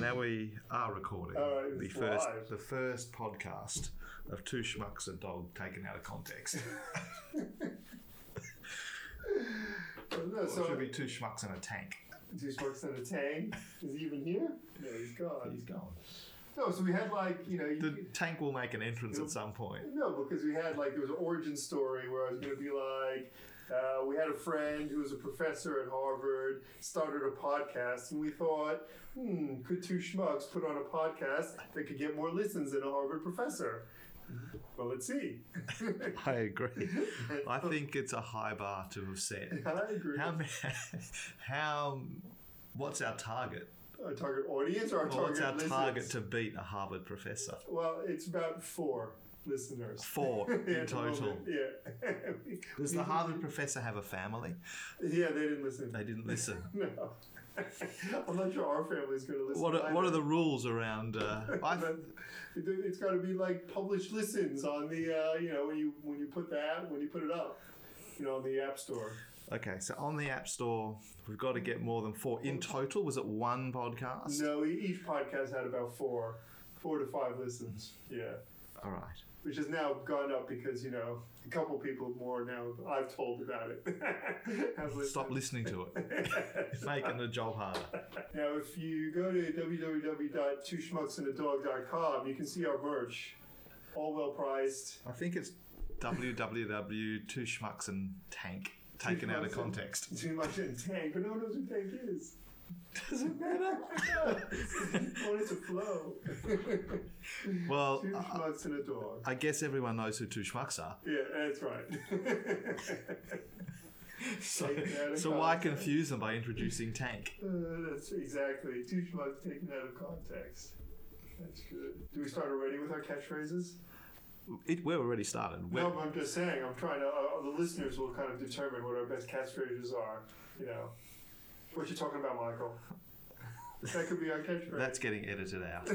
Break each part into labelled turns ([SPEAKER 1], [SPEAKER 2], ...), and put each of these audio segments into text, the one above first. [SPEAKER 1] now we are recording
[SPEAKER 2] All right,
[SPEAKER 1] the
[SPEAKER 2] it's
[SPEAKER 1] first
[SPEAKER 2] live.
[SPEAKER 1] the first podcast of two schmucks a dog taken out of context.
[SPEAKER 2] No,
[SPEAKER 1] So it
[SPEAKER 2] so
[SPEAKER 1] should be two schmucks in a tank.
[SPEAKER 2] Deuce works in a tang. Is he even here? No, he's gone.
[SPEAKER 1] He's gone.
[SPEAKER 2] No, so we had like you know you
[SPEAKER 1] The tank will make an entrance at some point.
[SPEAKER 2] No, because we had like there was an origin story where I was going to be like, uh, we had a friend who was a professor at Harvard started a podcast, and we thought, hmm, could two schmucks put on a podcast that could get more listens than a Harvard professor?
[SPEAKER 1] Mm-hmm.
[SPEAKER 2] Well, let's see.
[SPEAKER 1] I agree. I think it's a high bar to have set.
[SPEAKER 2] I agree.
[SPEAKER 1] How ma- how what's our target?
[SPEAKER 2] our target audience or
[SPEAKER 1] Or
[SPEAKER 2] our
[SPEAKER 1] what's
[SPEAKER 2] target
[SPEAKER 1] our
[SPEAKER 2] listeners?
[SPEAKER 1] target to beat a Harvard professor?
[SPEAKER 2] Well, it's about four listeners.
[SPEAKER 1] Four in
[SPEAKER 2] At the
[SPEAKER 1] total.
[SPEAKER 2] moment, Yeah.
[SPEAKER 1] Does the Harvard professor have a family?
[SPEAKER 2] yeah, they didn't listen.
[SPEAKER 1] They didn't listen.
[SPEAKER 2] No. I'm not sure our family's going to listen.
[SPEAKER 1] What are,
[SPEAKER 2] either.
[SPEAKER 1] what are the rules around? Uh, I,
[SPEAKER 2] But it- it's got to be like published listens on the uh, you know when you when you put that when you put it up you know on the app store
[SPEAKER 1] okay, so on the App Store, we've got to get more than four in total. Was it one podcast?
[SPEAKER 2] no e- each podcast had about four four to five listens yeah
[SPEAKER 1] All right.
[SPEAKER 2] which has now gone up because you know a couple people more now i've told about it have listened.
[SPEAKER 1] Stop listening to it. It's making the job harder.
[SPEAKER 2] now if you go to www.twoschmucksanddog.com you can see our merch all well priced
[SPEAKER 1] I think it's www two schmucks and tank taken out of context.
[SPEAKER 2] too much in tank but no one knows who tank is
[SPEAKER 1] Doesn't matter.
[SPEAKER 2] I want it to flow.
[SPEAKER 1] Well,
[SPEAKER 2] Two
[SPEAKER 1] I,
[SPEAKER 2] schmucks and a dog.
[SPEAKER 1] I guess everyone knows who two schmucks are.
[SPEAKER 2] Yeah, that's right.
[SPEAKER 1] So, so why confuse them by introducing tank?
[SPEAKER 2] Uh, that's exactly. Two schmucks taken out of context. That's good. Do we start already with our catchphrases?
[SPEAKER 1] It, we're already started. We're-
[SPEAKER 2] No, but I'm just saying. I'm trying to. Uh, the listeners will kind of determine what our best catchphrases are. You know, what you talking about, Michael? That could be our catchphrase.
[SPEAKER 1] that's getting edited out.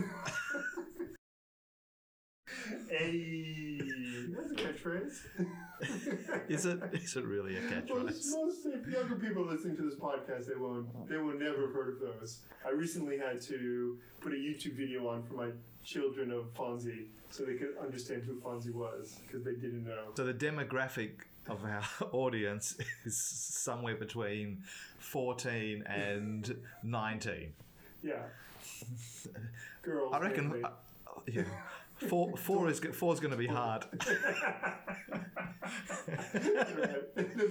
[SPEAKER 2] Ayy. That's a catchphrase.
[SPEAKER 1] Is it? Is it really a catchphrase?
[SPEAKER 2] Most, most younger people listening to this podcast, they won't, they will never have heard of those. I recently had to put a YouTube video on for my children of Fonzie, so they could understand who Fonzie was, because they didn't know.
[SPEAKER 1] So the demographic of our audience is somewhere between 14 and 19.
[SPEAKER 2] Yeah, girls.
[SPEAKER 1] I reckon,
[SPEAKER 2] mainly.
[SPEAKER 1] uh, yeah, four four is go- four's going to be hard.
[SPEAKER 2] if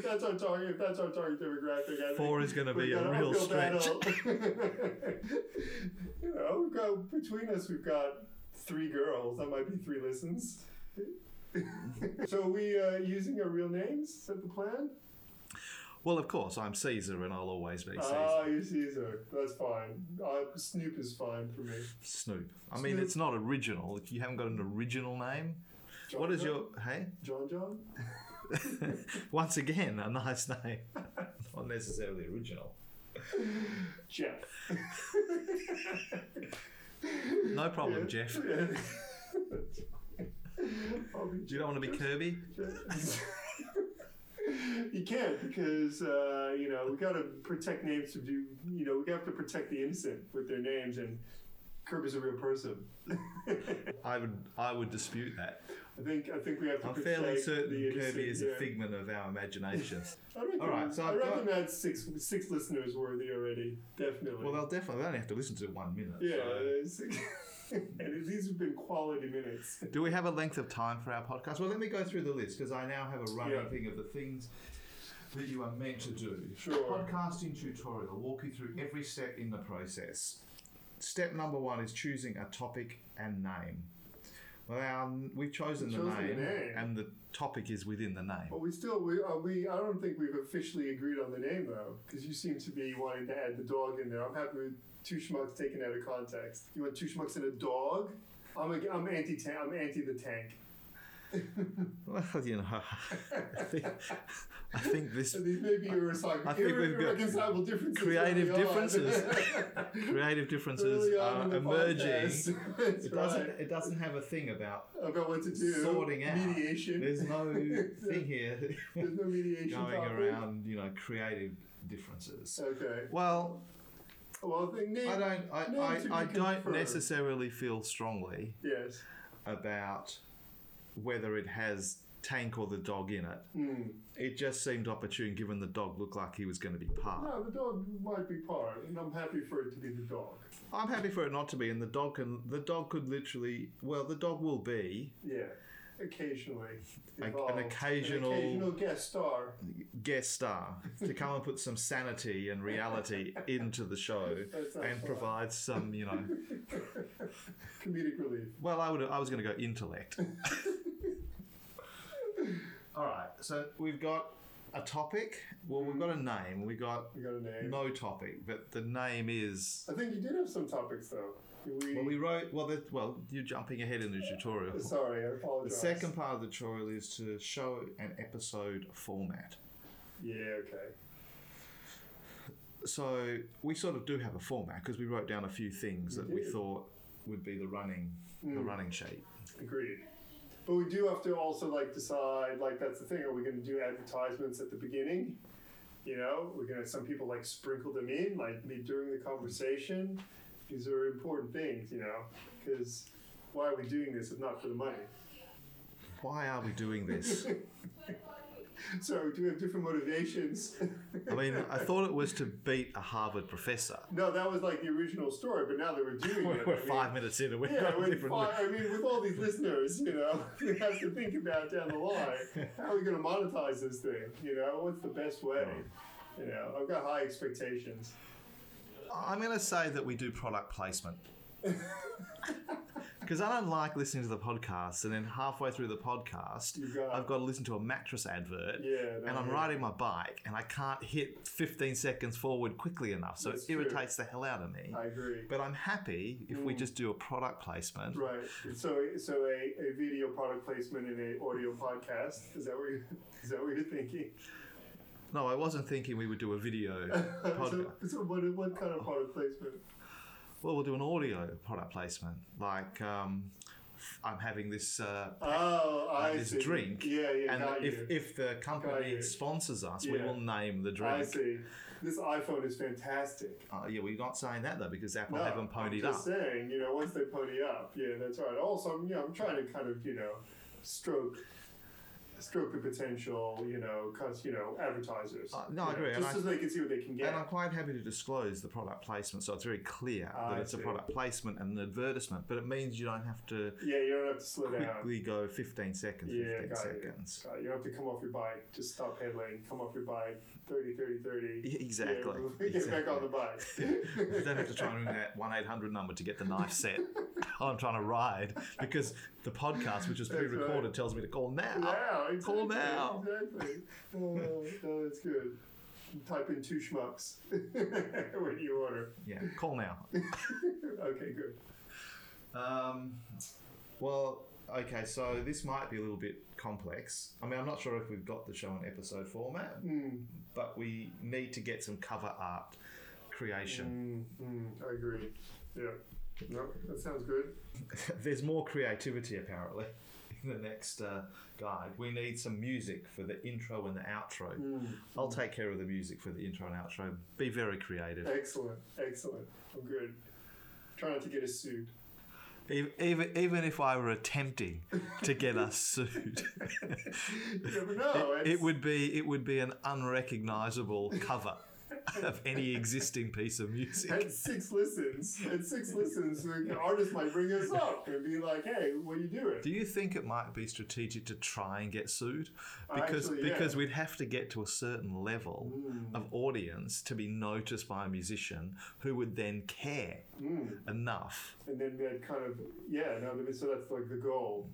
[SPEAKER 2] that's our target, if that's our target demographic, I think
[SPEAKER 1] Four is going to
[SPEAKER 2] we've
[SPEAKER 1] be
[SPEAKER 2] got
[SPEAKER 1] a
[SPEAKER 2] an
[SPEAKER 1] real
[SPEAKER 2] uphill
[SPEAKER 1] stretch.
[SPEAKER 2] battle. you know, we've got between us, we've got three girls. That might be three listens. so are we uh, using our real names? Is that the plan?
[SPEAKER 1] Well, of course, I'm Caesar, and I'll always be Caesar.
[SPEAKER 2] Ah, you're Caesar. That's fine. Uh, Snoop is fine for me.
[SPEAKER 1] Snoop. I mean,
[SPEAKER 2] Snoop.
[SPEAKER 1] it's not original. If you haven't got an original name,
[SPEAKER 2] John
[SPEAKER 1] what is
[SPEAKER 2] John?
[SPEAKER 1] your hey?
[SPEAKER 2] John John?
[SPEAKER 1] Once again, a nice name, not necessarily original.
[SPEAKER 2] Jeff.
[SPEAKER 1] No problem, Jeff.
[SPEAKER 2] I'll be
[SPEAKER 1] You don't want to be Kirby.
[SPEAKER 2] You can't because uh, you know we got to protect names to do. You know we have to protect the innocent with their names, and Kirk is a real person. I
[SPEAKER 1] I would I would dispute that.
[SPEAKER 2] think I think we have to.
[SPEAKER 1] I'm
[SPEAKER 2] protect
[SPEAKER 1] fairly certain
[SPEAKER 2] the innocent,
[SPEAKER 1] Kirby is
[SPEAKER 2] yeah.
[SPEAKER 1] a figment of our imaginations.
[SPEAKER 2] I reckon,
[SPEAKER 1] All right, so
[SPEAKER 2] I
[SPEAKER 1] I've
[SPEAKER 2] reckon
[SPEAKER 1] got-
[SPEAKER 2] that's six six listeners worthy already. Definitely.
[SPEAKER 1] well, they'll definitely they only have to listen to one minute.
[SPEAKER 2] yeah,
[SPEAKER 1] so-
[SPEAKER 2] it's- and these have been quality minutes.
[SPEAKER 1] Do we have a length of time for our podcast? Well, let me go through the list because I now have a running
[SPEAKER 2] Yeah.
[SPEAKER 1] thing of the things that you are meant to do.
[SPEAKER 2] Sure.
[SPEAKER 1] Podcasting tutorial will walk you through every step in the process. Step number one is choosing a topic and name. Well, our, we've chosen,
[SPEAKER 2] Chosen
[SPEAKER 1] the, name,
[SPEAKER 2] the name.
[SPEAKER 1] and the topic is within the name.
[SPEAKER 2] But we still we are we. I don't think we've officially agreed on the name though, because you seem to be wanting to add the dog in there. I'm happy with two schmucks taken out of context. You want two schmucks and a dog? I'm a, I'm anti tank. I'm anti the tank.
[SPEAKER 1] Well, you know, I think, I think this
[SPEAKER 2] So these may be irreconcilable,
[SPEAKER 1] I think we've got
[SPEAKER 2] irreconcilable differences.
[SPEAKER 1] creative
[SPEAKER 2] early on.
[SPEAKER 1] differences creative differences
[SPEAKER 2] Early on in
[SPEAKER 1] are
[SPEAKER 2] the
[SPEAKER 1] emerging.
[SPEAKER 2] podcast. That's
[SPEAKER 1] It doesn't.
[SPEAKER 2] right.
[SPEAKER 1] It doesn't have a thing about
[SPEAKER 2] About what to do.
[SPEAKER 1] sorting out.
[SPEAKER 2] Mediation.
[SPEAKER 1] There's no thing here
[SPEAKER 2] There's no mediation
[SPEAKER 1] going
[SPEAKER 2] topic. Uh,
[SPEAKER 1] around. You know, creative differences.
[SPEAKER 2] Okay.
[SPEAKER 1] Well,
[SPEAKER 2] Well, the name.
[SPEAKER 1] I don't. I,
[SPEAKER 2] No, to be
[SPEAKER 1] I, I don't
[SPEAKER 2] confirmed.
[SPEAKER 1] necessarily feel strongly
[SPEAKER 2] Yes.
[SPEAKER 1] about whether it has Tank or the dog in it.
[SPEAKER 2] Hmm.
[SPEAKER 1] It just seemed opportune, given the dog looked like he was going to be part.
[SPEAKER 2] No, the dog might be part, and I'm happy for it to be the dog.
[SPEAKER 1] I'm happy for it not to be, and the dog can. The dog could literally. Well, the dog will be
[SPEAKER 2] Yeah. Occasionally.
[SPEAKER 1] Like an
[SPEAKER 2] involved.
[SPEAKER 1] occasional-
[SPEAKER 2] An occasional guest star.
[SPEAKER 1] guest star to come and put some sanity and reality into the show,
[SPEAKER 2] That sounds
[SPEAKER 1] and
[SPEAKER 2] fun.
[SPEAKER 1] provide some, you know.
[SPEAKER 2] Comedic relief.
[SPEAKER 1] Well, I would. I was going to go intellect. All right. So we've got a topic. Well, we've got a name. We got
[SPEAKER 2] We got a name.
[SPEAKER 1] no topic, but the name is.
[SPEAKER 2] I think you did have some topics though. We,
[SPEAKER 1] Well, we wrote. Well, the, well, you're jumping ahead in the tutorial.
[SPEAKER 2] sorry, I
[SPEAKER 1] The
[SPEAKER 2] apologize.
[SPEAKER 1] second part of the tutorial is to show an episode format.
[SPEAKER 2] Yeah. Okay.
[SPEAKER 1] So we sort of do have a format because we wrote down a few things that we
[SPEAKER 2] do.
[SPEAKER 1] thought would be the running, the
[SPEAKER 2] Mm.
[SPEAKER 1] running sheet.
[SPEAKER 2] Agreed. But we do have to also like decide like that's the thing. Are we going to do advertisements at the beginning? You know, we're gonna some people like sprinkle them in like mid during the conversation. These are important things, you know, because why are we doing this if not for the money?
[SPEAKER 1] Why are we doing this?
[SPEAKER 2] So we do have different motivations.
[SPEAKER 1] I mean, I thought it was to beat a Harvard professor.
[SPEAKER 2] no, that was like the original story, but now that we're doing
[SPEAKER 1] We're,
[SPEAKER 2] it,
[SPEAKER 1] we're
[SPEAKER 2] I mean-
[SPEAKER 1] five minutes in and we've
[SPEAKER 2] Yeah,
[SPEAKER 1] got a
[SPEAKER 2] with
[SPEAKER 1] different.
[SPEAKER 2] fi- I mean, with all these listeners, you know, we have to think about down the line how are we going to monetize this thing? You know, what's the best way? You know, I've got high expectations.
[SPEAKER 1] I'm going to say that we do product placement. Because I don't like listening to the podcast, and then halfway through the podcast,
[SPEAKER 2] You got-
[SPEAKER 1] I've got to listen to a mattress advert,
[SPEAKER 2] Yeah, no,
[SPEAKER 1] and I'm
[SPEAKER 2] yeah.
[SPEAKER 1] riding my bike, and I can't hit 15 seconds forward quickly enough, so
[SPEAKER 2] That's
[SPEAKER 1] it
[SPEAKER 2] true.
[SPEAKER 1] irritates the hell out of me.
[SPEAKER 2] I agree.
[SPEAKER 1] But I'm happy if we just do a product placement.
[SPEAKER 2] Hmm. Right. So, so a, a video product placement in a audio podcast is that what you is that what you're thinking?
[SPEAKER 1] No, I wasn't thinking we would do a video
[SPEAKER 2] so,
[SPEAKER 1] podcast.
[SPEAKER 2] so what, what kind of product placement?
[SPEAKER 1] well, we'll do an audio product placement, like um, I'm having this. Uh,
[SPEAKER 2] Oh, I
[SPEAKER 1] this
[SPEAKER 2] see.
[SPEAKER 1] drink,
[SPEAKER 2] Yeah, yeah.
[SPEAKER 1] and
[SPEAKER 2] got
[SPEAKER 1] if,
[SPEAKER 2] you.
[SPEAKER 1] if the company
[SPEAKER 2] you.
[SPEAKER 1] sponsors us, we
[SPEAKER 2] Yeah.
[SPEAKER 1] will name the drink.
[SPEAKER 2] I see. This iPhone is fantastic.
[SPEAKER 1] Uh, yeah, we're not saying that though because Apple
[SPEAKER 2] No,
[SPEAKER 1] haven't ponied
[SPEAKER 2] I'm
[SPEAKER 1] up.
[SPEAKER 2] just saying, you know, once they pony up, yeah, that's right. Also, I'm, you know, I'm trying to kind of, you know, stroke, stroke the potential, you know, cause you know, advertisers.
[SPEAKER 1] Uh, no, I
[SPEAKER 2] you
[SPEAKER 1] agree,
[SPEAKER 2] Know,
[SPEAKER 1] and
[SPEAKER 2] just
[SPEAKER 1] I-
[SPEAKER 2] so they can see what they can get.
[SPEAKER 1] And I'm quite happy to disclose the product placement, so it's very clear
[SPEAKER 2] I
[SPEAKER 1] that it's
[SPEAKER 2] see.
[SPEAKER 1] a product placement and an advertisement. But it means you don't have to
[SPEAKER 2] yeah, you don't have to slow down.
[SPEAKER 1] quickly go 15 seconds,
[SPEAKER 2] Yeah,
[SPEAKER 1] 15
[SPEAKER 2] got it.
[SPEAKER 1] seconds.
[SPEAKER 2] Uh, you don't have to come off your bike. Just stop headlight. Come off your bike. 30, 30, 30.
[SPEAKER 1] Yeah, exactly,
[SPEAKER 2] get back
[SPEAKER 1] exactly.
[SPEAKER 2] on the bike.
[SPEAKER 1] You don't have to try and ring that 1 800 number to get the knife set. I'm trying to ride because the podcast, which is
[SPEAKER 2] That's
[SPEAKER 1] pre
[SPEAKER 2] right.
[SPEAKER 1] recorded, tells me to call now.
[SPEAKER 2] Wow, exactly,
[SPEAKER 1] Call now.
[SPEAKER 2] Exactly. Oh, no, that's good. Type in two schmucks when you order.
[SPEAKER 1] Yeah, call now.
[SPEAKER 2] Okay, good.
[SPEAKER 1] Um, well, okay, so this might be a little bit complex. I mean, I'm not sure if we've got the show in episode format,
[SPEAKER 2] Hmm.
[SPEAKER 1] but we need to get some cover art creation.
[SPEAKER 2] Mm, mm, I agree. Yeah. No, that sounds good.
[SPEAKER 1] There's more creativity apparently in the next uh, guide. We need some music for the intro and the outro. I'll take care of the music for the intro and outro. Be very creative.
[SPEAKER 2] Excellent. Excellent. I'm good. Try not to get us sued.
[SPEAKER 1] Even, even, even if I were attempting to get us sued,
[SPEAKER 2] You never know.
[SPEAKER 1] it,
[SPEAKER 2] it's-
[SPEAKER 1] it would be it would be an unrecognizable cover of any existing piece of music.
[SPEAKER 2] At six listens, at six listens, the artist might bring us up and be like, "Hey, what are you doing?"
[SPEAKER 1] Do you think it might be strategic to try and get sued? Because
[SPEAKER 2] Actually, yeah. Mm.
[SPEAKER 1] because we'd have to get to a certain level of audience to be noticed by a musician who would then care
[SPEAKER 2] Mm.
[SPEAKER 1] enough.
[SPEAKER 2] and then that kind of yeah no but so that's like the goal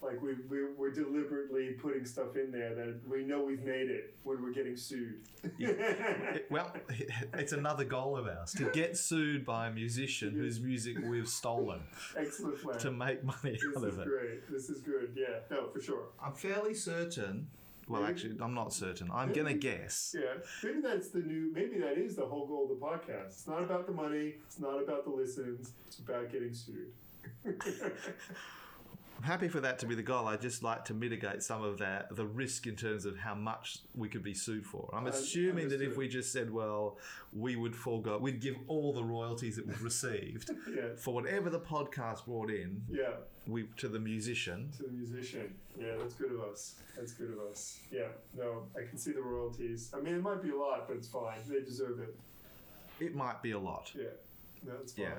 [SPEAKER 2] like we, we we're deliberately putting stuff in there that we know we've made it when we're getting sued
[SPEAKER 1] It- well, it's another goal of ours to get sued by a musician whose music we've stolen
[SPEAKER 2] excellent plan
[SPEAKER 1] to make money
[SPEAKER 2] this
[SPEAKER 1] out
[SPEAKER 2] is
[SPEAKER 1] of it.
[SPEAKER 2] great this is good yeah no for sure
[SPEAKER 1] I'm fairly certain. Well,
[SPEAKER 2] Maybe-
[SPEAKER 1] actually, I'm not certain. I'm going to guess.
[SPEAKER 2] yeah maybe that's the new maybe that is the whole goal of the podcast it's not about the money it's not about the listens it's about getting sued
[SPEAKER 1] I'm happy for that to be the goal. I just like to mitigate some of that, the risk in terms of how much we could be sued for. I'm assuming that if
[SPEAKER 2] understood.
[SPEAKER 1] we just said, well, we would forego, we'd give all the royalties that we've received
[SPEAKER 2] Yeah.
[SPEAKER 1] for whatever the podcast brought in
[SPEAKER 2] Yeah.
[SPEAKER 1] we, to the musician.
[SPEAKER 2] To the musician. Yeah, that's good of us. That's good of us. Yeah. No, I can see the royalties. I mean, it might be a lot, but it's fine. They deserve it.
[SPEAKER 1] It might be a lot.
[SPEAKER 2] Yeah. No, it's fine.
[SPEAKER 1] Yeah.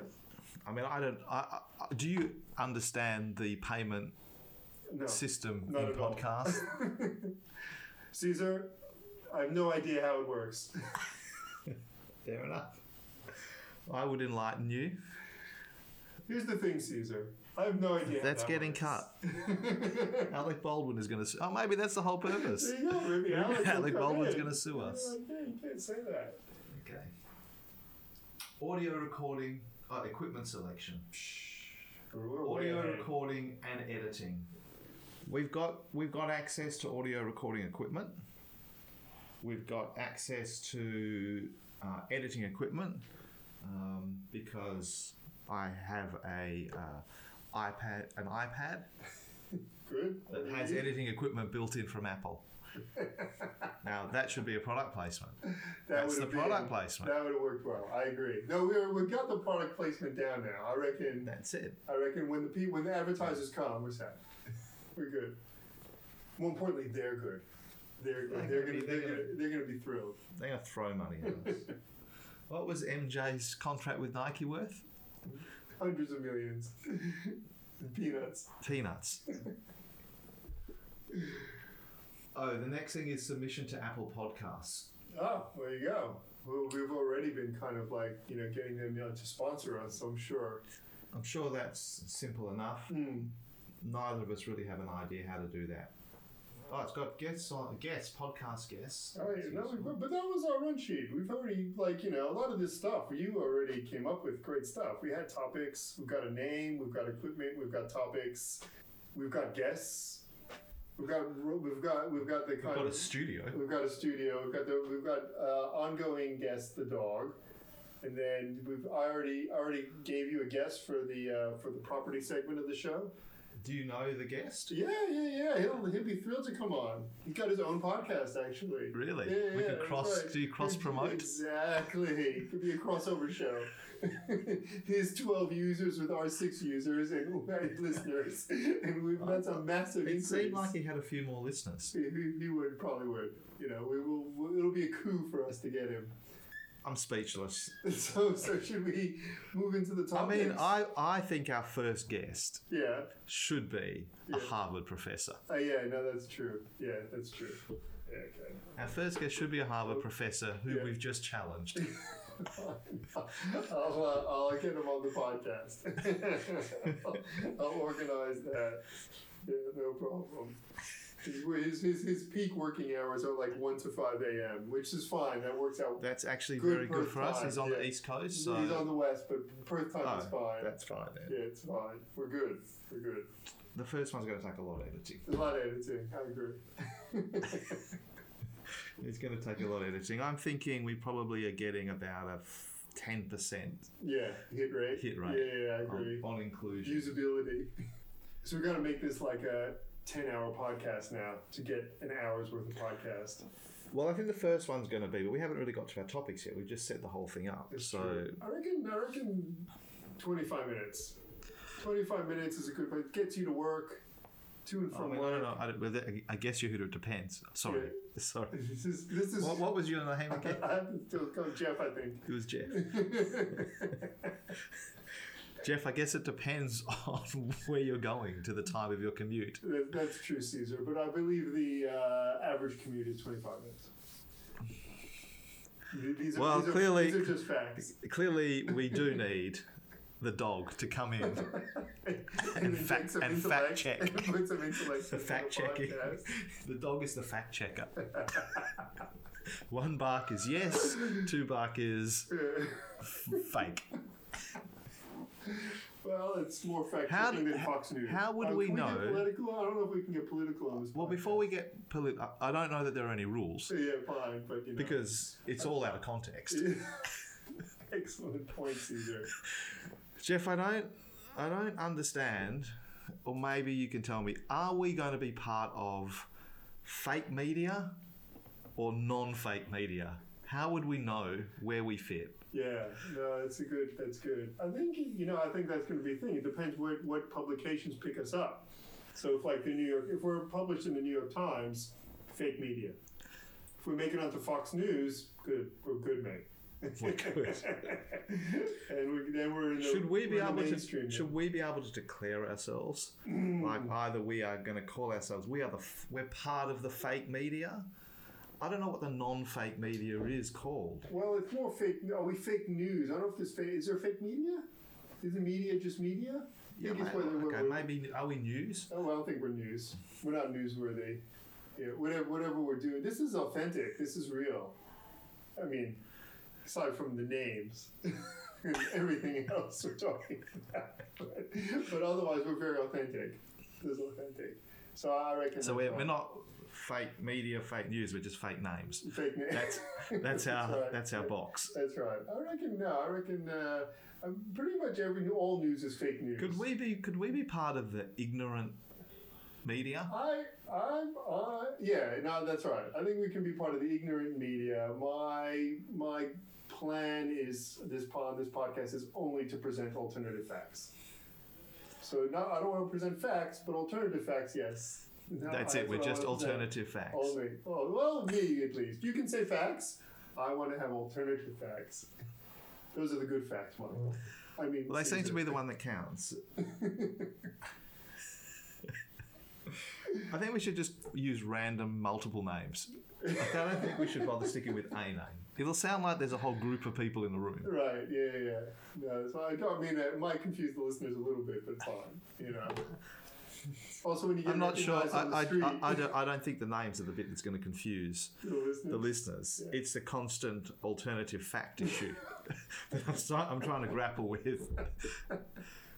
[SPEAKER 1] I mean, I don't. I, I, do you understand the payment
[SPEAKER 2] No.
[SPEAKER 1] system
[SPEAKER 2] Not
[SPEAKER 1] in
[SPEAKER 2] at all.
[SPEAKER 1] podcasts?
[SPEAKER 2] Caesar, I have no idea how it works.
[SPEAKER 1] Fair enough. I would enlighten you.
[SPEAKER 2] Here's the thing, Caesar. I have no idea. how
[SPEAKER 1] That's
[SPEAKER 2] that
[SPEAKER 1] getting
[SPEAKER 2] works.
[SPEAKER 1] cut. Alec Baldwin is going to. Oh, maybe that's the whole purpose.
[SPEAKER 2] There you go, Ruby. Alec, will
[SPEAKER 1] Alec
[SPEAKER 2] come
[SPEAKER 1] Baldwin's
[SPEAKER 2] in.
[SPEAKER 1] gonna sue us.
[SPEAKER 2] Like, yeah, you can't say that.
[SPEAKER 1] Okay. Audio recording, uh, equipment selection,
[SPEAKER 2] We're way
[SPEAKER 1] audio
[SPEAKER 2] ahead.
[SPEAKER 1] recording and editing. We've got we've got access to audio recording equipment. We've got access to uh, editing equipment um, because I have a uh, iPad, an iPad
[SPEAKER 2] Good.
[SPEAKER 1] that has
[SPEAKER 2] Ruby.
[SPEAKER 1] editing equipment built in from Apple. now that should be a product placement.
[SPEAKER 2] That
[SPEAKER 1] That's
[SPEAKER 2] would
[SPEAKER 1] the
[SPEAKER 2] have been-
[SPEAKER 1] product placement.
[SPEAKER 2] That would have worked well. I agree. No, we are, we've got the product placement down now. I reckon.
[SPEAKER 1] That's it.
[SPEAKER 2] I reckon when the pe- when the advertisers come, we're set. We're good. More importantly, they're good. They're
[SPEAKER 1] They're
[SPEAKER 2] They're
[SPEAKER 1] gonna
[SPEAKER 2] gonna
[SPEAKER 1] be-
[SPEAKER 2] they're
[SPEAKER 1] they're
[SPEAKER 2] gonna they're gonna be thrilled.
[SPEAKER 1] They're gonna throw money at us. what was MJ's contract with Nike worth?
[SPEAKER 2] Hundreds of millions. Peanuts.
[SPEAKER 1] Peanuts. oh, the next thing is submission to Apple Podcasts.
[SPEAKER 2] Ah, there you go. Well, we've already been kind of like you know getting them you know, to sponsor us. I'm sure.
[SPEAKER 1] I'm sure that's simple enough.
[SPEAKER 2] Hmm.
[SPEAKER 1] Neither of us really have an idea how to do that. Oh, it's got guests on guests, podcast guests.
[SPEAKER 2] All right, Oh, no, we- but that was our run sheet. We've already, like, you know, a lot of this stuff, you already came up with great stuff. We had topics, we've got a name, we've got equipment, we've got topics, we've got guests, we've got, ro- we've got, we've got the
[SPEAKER 1] We've
[SPEAKER 2] kind
[SPEAKER 1] got a
[SPEAKER 2] of,
[SPEAKER 1] studio.
[SPEAKER 2] we've got a studio, we've got the, we've got uh, ongoing guest, the dog, and then we've I already, I already gave you a guest for the, uh, for the property segment of the show.
[SPEAKER 1] Do you know the guest?
[SPEAKER 2] Yeah, yeah, yeah, he'll, he'll be thrilled to come on. He's got his own podcast, actually.
[SPEAKER 1] Really?
[SPEAKER 2] Yeah,
[SPEAKER 1] we
[SPEAKER 2] yeah,
[SPEAKER 1] can
[SPEAKER 2] that's
[SPEAKER 1] cross
[SPEAKER 2] right.
[SPEAKER 1] do you cross promote?
[SPEAKER 2] Exactly. It could be a crossover show. His 12 users with our 6 users and our listeners. And we've, that's a massive
[SPEAKER 1] It
[SPEAKER 2] increase.
[SPEAKER 1] seemed like he had a few more listeners.
[SPEAKER 2] he, he- he would, probably would. You know, we will, we- it'll be a coup for us to get him.
[SPEAKER 1] I'm speechless.
[SPEAKER 2] So, so should we move into the
[SPEAKER 1] I
[SPEAKER 2] topics?
[SPEAKER 1] mean, I, I think our first guest
[SPEAKER 2] Yeah.
[SPEAKER 1] should be a
[SPEAKER 2] Yeah.
[SPEAKER 1] Harvard professor.
[SPEAKER 2] Uh, yeah, no, that's true. Yeah, that's true. Yeah, okay.
[SPEAKER 1] Our first guest should be a Harvard professor who
[SPEAKER 2] Yeah.
[SPEAKER 1] we've just challenged.
[SPEAKER 2] I'll, uh, I'll get him on the podcast. I'll, I'll organize that. Yeah, no problem. His, his, his, his peak working hours are like 1 to 5 a.m., which is fine. That works out.
[SPEAKER 1] That's actually
[SPEAKER 2] Good
[SPEAKER 1] very good for us.
[SPEAKER 2] profile,
[SPEAKER 1] He's on the
[SPEAKER 2] yeah.
[SPEAKER 1] East Coast,
[SPEAKER 2] He's
[SPEAKER 1] so
[SPEAKER 2] on the west, but Perth time is
[SPEAKER 1] Oh,
[SPEAKER 2] fine.
[SPEAKER 1] that's fine. Then.
[SPEAKER 2] yeah, it's fine. We're good. We're good.
[SPEAKER 1] The first one's going to take a lot of editing.
[SPEAKER 2] A lot of editing. I agree.
[SPEAKER 1] It's going to take a lot of editing. I'm thinking we probably are getting about a f- 10%
[SPEAKER 2] yeah, hit rate.
[SPEAKER 1] Hit rate. Um,
[SPEAKER 2] Yeah, yeah, I agree.
[SPEAKER 1] on, on inclusion.
[SPEAKER 2] usability. So we got to make this like a 10 hour podcast now to get an hour's worth of podcast.
[SPEAKER 1] Well, I think the first one's going to be, but we haven't really got to our topics yet. We've just set the whole thing up.
[SPEAKER 2] It's
[SPEAKER 1] so
[SPEAKER 2] true. I reckon I reckon 25 minutes. 25 minutes is a good place. Gets you to work, to and
[SPEAKER 1] I
[SPEAKER 2] from
[SPEAKER 1] mean, I
[SPEAKER 2] work.
[SPEAKER 1] don't know. I, don't, well, that- I guess you who it depends. Sorry. Sorry.
[SPEAKER 2] This is this is.
[SPEAKER 1] What, what was your name again?
[SPEAKER 2] I have to still call Jeff, I think.
[SPEAKER 1] It was Jeff. Jeff, I guess it depends on where you're going to the time of your commute.
[SPEAKER 2] That- That's true, Caesar. But I believe the uh, average commute is 25 minutes. Th- These are,
[SPEAKER 1] Well,
[SPEAKER 2] these are-
[SPEAKER 1] clearly-
[SPEAKER 2] these are just facts.
[SPEAKER 1] Clearly, we do need the dog to come in.
[SPEAKER 2] and
[SPEAKER 1] fact-
[SPEAKER 2] inject some
[SPEAKER 1] and fact
[SPEAKER 2] intellect-
[SPEAKER 1] check.
[SPEAKER 2] and put some intellect into
[SPEAKER 1] The
[SPEAKER 2] the
[SPEAKER 1] fact checking.
[SPEAKER 2] podcast.
[SPEAKER 1] The dog is the fact checker. One bark is yes, two bark is
[SPEAKER 2] Yeah.
[SPEAKER 1] fake.
[SPEAKER 2] well, it's more fact
[SPEAKER 1] How
[SPEAKER 2] checking
[SPEAKER 1] d-
[SPEAKER 2] than
[SPEAKER 1] h-
[SPEAKER 2] Fox News.
[SPEAKER 1] how would
[SPEAKER 2] Uh,
[SPEAKER 1] we
[SPEAKER 2] can get
[SPEAKER 1] know-
[SPEAKER 2] political? I don't know if we can get political on this.
[SPEAKER 1] Well, before we get political, I don't know that there are any rules
[SPEAKER 2] podcast. yeah, fine, but you know.
[SPEAKER 1] because it's all out of context.
[SPEAKER 2] excellent point, Caesar.
[SPEAKER 1] Jeff, I don't, I don't understand or maybe you can tell me, are we going to be part of fake media or non fake media? How would we know where we fit?
[SPEAKER 2] Yeah, no, that's a good. That's good. I think you know. I think that's going to be a thing. It depends what what publications pick us up. So if like the New York, if we're published in the New York Times, fake media. If we make it onto Fox News, good. We're good, mate.
[SPEAKER 1] We're good.
[SPEAKER 2] and we, then we're in the,
[SPEAKER 1] Should we be
[SPEAKER 2] we're in the
[SPEAKER 1] able
[SPEAKER 2] mainstream Mm.
[SPEAKER 1] to?
[SPEAKER 2] now.
[SPEAKER 1] Should we be able to declare ourselves? Like either we are going to call ourselves we are the f- we're part of the fake media. I don't know what the non-fake media is called.
[SPEAKER 2] Well, it's more fake. Are we fake news? I don't know if there's fake. Is there fake media? Is the media just media? I
[SPEAKER 1] Yeah,
[SPEAKER 2] think it's
[SPEAKER 1] ma-
[SPEAKER 2] whether we're-
[SPEAKER 1] okay, maybe are we news?
[SPEAKER 2] Oh, well, I don't think we're news. We're not newsworthy. Yeah, whatever, whatever we're doing, this is authentic. This is real. I mean, aside from the names and everything else we're talking about, but, but otherwise we're very authentic. This is authentic. So I reckon.
[SPEAKER 1] So
[SPEAKER 2] that's
[SPEAKER 1] we're, we're
[SPEAKER 2] fine.
[SPEAKER 1] not fake media, fake news. We're just fake names.
[SPEAKER 2] fake names.
[SPEAKER 1] That's that's our
[SPEAKER 2] right.
[SPEAKER 1] that's our box.
[SPEAKER 2] That's right. I reckon. No, I reckon. Uh, um, pretty much every all news is fake news.
[SPEAKER 1] Could we be could we be part of the ignorant media?
[SPEAKER 2] I, I'm, uh, yeah, no, that's right. I think we can be part of the ignorant media. My, my plan is this pod, this podcast is only to present alternative facts. So not, I don't want to present facts, but alternative facts, yes. No,
[SPEAKER 1] That's it. We're
[SPEAKER 2] what I
[SPEAKER 1] just
[SPEAKER 2] want to present.
[SPEAKER 1] alternative facts.
[SPEAKER 2] Only, oh, well, me at least. You can say facts. I want to have alternative facts. Those are the good facts, Michael. I mean,
[SPEAKER 1] Well, they seem to
[SPEAKER 2] Caesar.
[SPEAKER 1] be the one that counts. I think we should just use random multiple names. Like, I don't think we should bother sticking with a name. It'll sound like there's a whole group of people in the room.
[SPEAKER 2] Right. Yeah. Yeah. yeah. No. So I don't I mean it might confuse the listeners a little bit, but it's fine. You know. Also, when you get
[SPEAKER 1] I'm not sure.
[SPEAKER 2] recognized
[SPEAKER 1] I,
[SPEAKER 2] on the
[SPEAKER 1] I,
[SPEAKER 2] street,
[SPEAKER 1] I, I don't, I don't think the names are the bit that's going to confuse
[SPEAKER 2] the listeners,
[SPEAKER 1] the listeners. It's the constant alternative fact issue that I'm, start, I'm trying to grapple with.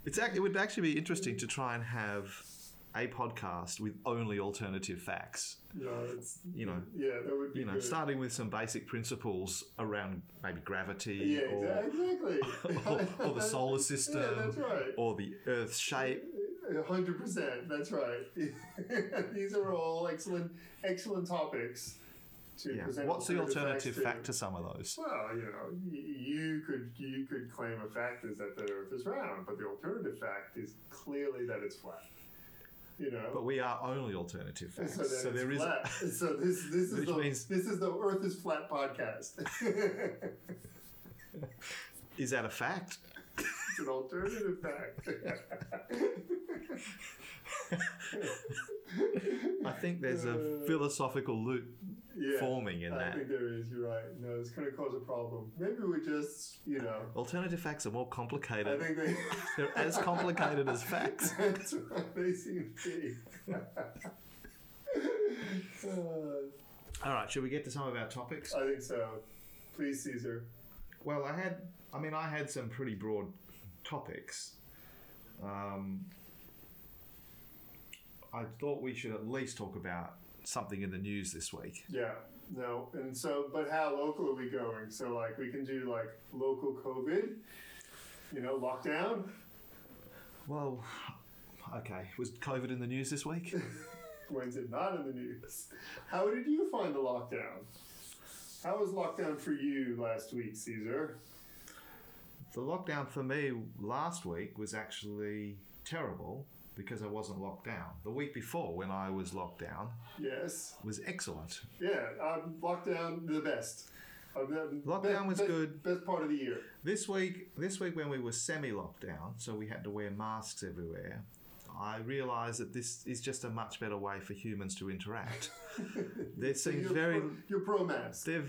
[SPEAKER 1] It's act, it would actually be interesting to try and have a podcast with only alternative facts.
[SPEAKER 2] no, it's,
[SPEAKER 1] You know,
[SPEAKER 2] yeah, that would be
[SPEAKER 1] you know,
[SPEAKER 2] good.
[SPEAKER 1] starting with some basic principles around maybe gravity
[SPEAKER 2] Yeah.
[SPEAKER 1] or,
[SPEAKER 2] exa- Exactly.
[SPEAKER 1] or, or the solar system
[SPEAKER 2] Yeah, that's right.
[SPEAKER 1] or the Earth's shape.
[SPEAKER 2] A hundred percent. That's right. These are all excellent, excellent topics to
[SPEAKER 1] Yeah.
[SPEAKER 2] present.
[SPEAKER 1] What's the alternative
[SPEAKER 2] facts to.
[SPEAKER 1] fact to some of those?
[SPEAKER 2] Well, you know, y- you could you could claim a fact is that the Earth is round, but the alternative fact is clearly that it's flat. You know,
[SPEAKER 1] But we are only alternative
[SPEAKER 2] And
[SPEAKER 1] facts. So
[SPEAKER 2] so, that it's
[SPEAKER 1] there is
[SPEAKER 2] flat. so this this is
[SPEAKER 1] Which
[SPEAKER 2] the
[SPEAKER 1] means-
[SPEAKER 2] this is the Earth is flat podcast. it's
[SPEAKER 1] is that a fact?
[SPEAKER 2] an alternative fact.
[SPEAKER 1] I think there's a
[SPEAKER 2] Uh,
[SPEAKER 1] philosophical loop
[SPEAKER 2] yeah,
[SPEAKER 1] forming in
[SPEAKER 2] I
[SPEAKER 1] that.
[SPEAKER 2] think there is. You're right. No, it's going to cause a problem. Maybe we just you know.
[SPEAKER 1] Alternative facts are more
[SPEAKER 2] I
[SPEAKER 1] complicated.
[SPEAKER 2] think they.
[SPEAKER 1] They're as complicated as facts.
[SPEAKER 2] That's what they seem to be. Uh,
[SPEAKER 1] All right, should we get to some of our topics?
[SPEAKER 2] I think so. Please, Caesar.
[SPEAKER 1] Well, I had, I mean, I had some pretty broad topics. Um, I thought we should at least talk about something in the news this week.
[SPEAKER 2] Yeah. No. And so, but how local are we going? So, like, we can do like local COVID, you know, lockdown.
[SPEAKER 1] Well, okay, was COVID in the news this week?
[SPEAKER 2] When's it not in the news? How did you find the lockdown? How was lockdown for you last week, Caesar?
[SPEAKER 1] the lockdown for me last week was actually terrible because I wasn't locked down. The week before, when I was locked down,
[SPEAKER 2] Yes.
[SPEAKER 1] was excellent.
[SPEAKER 2] Yeah. Um, lockdown, the best. Um, the
[SPEAKER 1] Lockdown
[SPEAKER 2] be-
[SPEAKER 1] was
[SPEAKER 2] be-
[SPEAKER 1] good.
[SPEAKER 2] Best part of the year.
[SPEAKER 1] This week, this week when we were semi-locked down, so we had to wear masks everywhere, I realised that this is just a much better way for humans to interact. there seems
[SPEAKER 2] You're
[SPEAKER 1] very,
[SPEAKER 2] pro, you're pro mask.
[SPEAKER 1] there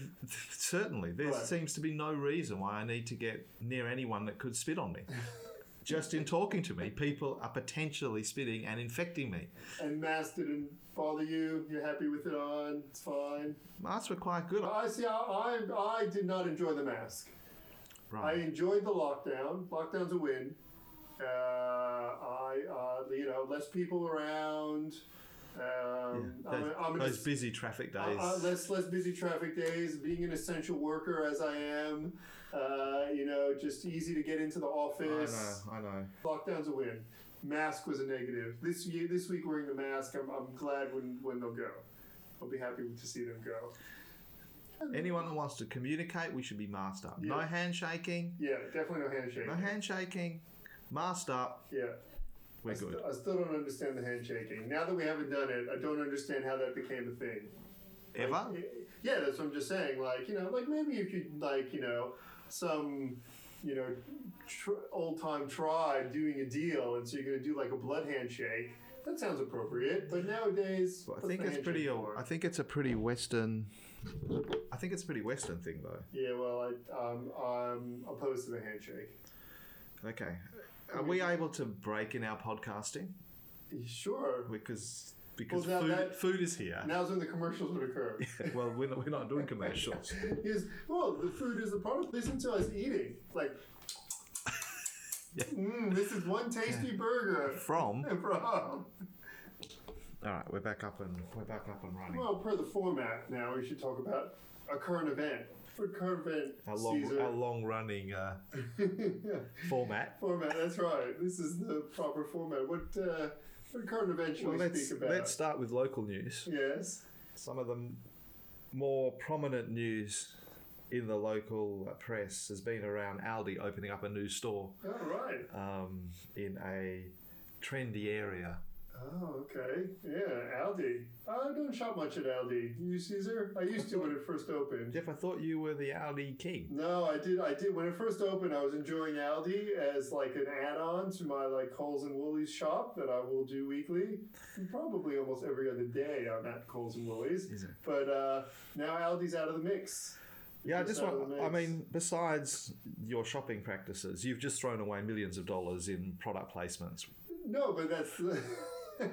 [SPEAKER 1] certainly there
[SPEAKER 2] Right.
[SPEAKER 1] seems to be no reason why I need to get near anyone that could spit on me. just in talking to me, people are potentially spitting and infecting me.
[SPEAKER 2] And mask didn't bother you. You're happy with it on. It's fine.
[SPEAKER 1] Masks were quite good,
[SPEAKER 2] I see. I, I, I did not enjoy the mask. I
[SPEAKER 1] right?
[SPEAKER 2] enjoyed the lockdown. Lockdown's a win. Uh, I, uh, you know, less people around. Um, I'm,
[SPEAKER 1] Those,
[SPEAKER 2] a- I'm an
[SPEAKER 1] those
[SPEAKER 2] es-
[SPEAKER 1] busy traffic
[SPEAKER 2] uh,
[SPEAKER 1] days.
[SPEAKER 2] uh, less less busy traffic days. Being an essential worker as I am, uh, you know, just easy to get into the
[SPEAKER 1] I know,
[SPEAKER 2] office.
[SPEAKER 1] I know.
[SPEAKER 2] Lockdown's a win. Mask was a negative. This year, this week wearing the mask, I'm, I'm glad when, when they'll go. I'll be happy to see them go.
[SPEAKER 1] Anyone that wants to communicate, we should be masked up. No
[SPEAKER 2] Yeah.
[SPEAKER 1] handshaking.
[SPEAKER 2] Yeah, definitely no handshake.
[SPEAKER 1] No handshaking. Masked up.
[SPEAKER 2] yeah,
[SPEAKER 1] We're
[SPEAKER 2] I, st-
[SPEAKER 1] good.
[SPEAKER 2] I still don't understand the handshaking. Now that we haven't done it, I don't understand how that became a thing.
[SPEAKER 1] Ever?
[SPEAKER 2] Like, yeah, that's what I'm just saying. Like, you know, like maybe if you like, you know, some, you know, tr- old time tribe doing a deal, and so you're gonna do like a blood handshake. That sounds appropriate, but nowadays,
[SPEAKER 1] Well, I
[SPEAKER 2] what's
[SPEAKER 1] think
[SPEAKER 2] the
[SPEAKER 1] it's pretty.
[SPEAKER 2] handshake
[SPEAKER 1] I
[SPEAKER 2] for?
[SPEAKER 1] think it's a pretty Western. I think it's a pretty Western thing, though.
[SPEAKER 2] Yeah, well, I, um, I'm opposed to the handshake.
[SPEAKER 1] Okay, are we able to break in our podcasting
[SPEAKER 2] Sure.
[SPEAKER 1] because because
[SPEAKER 2] now
[SPEAKER 1] food,
[SPEAKER 2] that-
[SPEAKER 1] food is here.
[SPEAKER 2] Now's when the commercials would occur.
[SPEAKER 1] well, we're not, we're not doing commercials.
[SPEAKER 2] Is well, the food is the product. Listen to us eating. Like,
[SPEAKER 1] Yeah.
[SPEAKER 2] mm, this is one tasty burger uh,
[SPEAKER 1] From
[SPEAKER 2] from.
[SPEAKER 1] all right, we're back up and we're back up and running.
[SPEAKER 2] Well, per the format, now we should talk about a current event. For current event,
[SPEAKER 1] Our long,
[SPEAKER 2] Caesar.
[SPEAKER 1] our long running uh, format.
[SPEAKER 2] format. That's right. This is the proper format. What uh, what current event should
[SPEAKER 1] Well,
[SPEAKER 2] we
[SPEAKER 1] let's
[SPEAKER 2] speak about?
[SPEAKER 1] let's start with local news.
[SPEAKER 2] yes.
[SPEAKER 1] Some of the m- more prominent news in the local uh, press has been around Aldi opening up a new store.
[SPEAKER 2] All right.
[SPEAKER 1] um, in a trendy area.
[SPEAKER 2] Oh, okay. Yeah, Aldi. I don't shop much at Aldi. You, Caesar? I used to when it first opened.
[SPEAKER 1] Jeff, I thought you were the Audi king.
[SPEAKER 2] No, I did. I did when it first opened. I was enjoying Aldi as like an add-on to my like Coles and Woolies shop that I will do weekly, and probably almost every other day. I'm at Coles and Woolies,
[SPEAKER 1] Is it?
[SPEAKER 2] but uh, now Aldi's out of the mix.
[SPEAKER 1] Yeah, I
[SPEAKER 2] Just
[SPEAKER 1] just
[SPEAKER 2] out
[SPEAKER 1] want.
[SPEAKER 2] of the
[SPEAKER 1] I
[SPEAKER 2] mix.
[SPEAKER 1] mean, besides your shopping practices, you've just thrown away millions of dollars in product placements.
[SPEAKER 2] No, but that's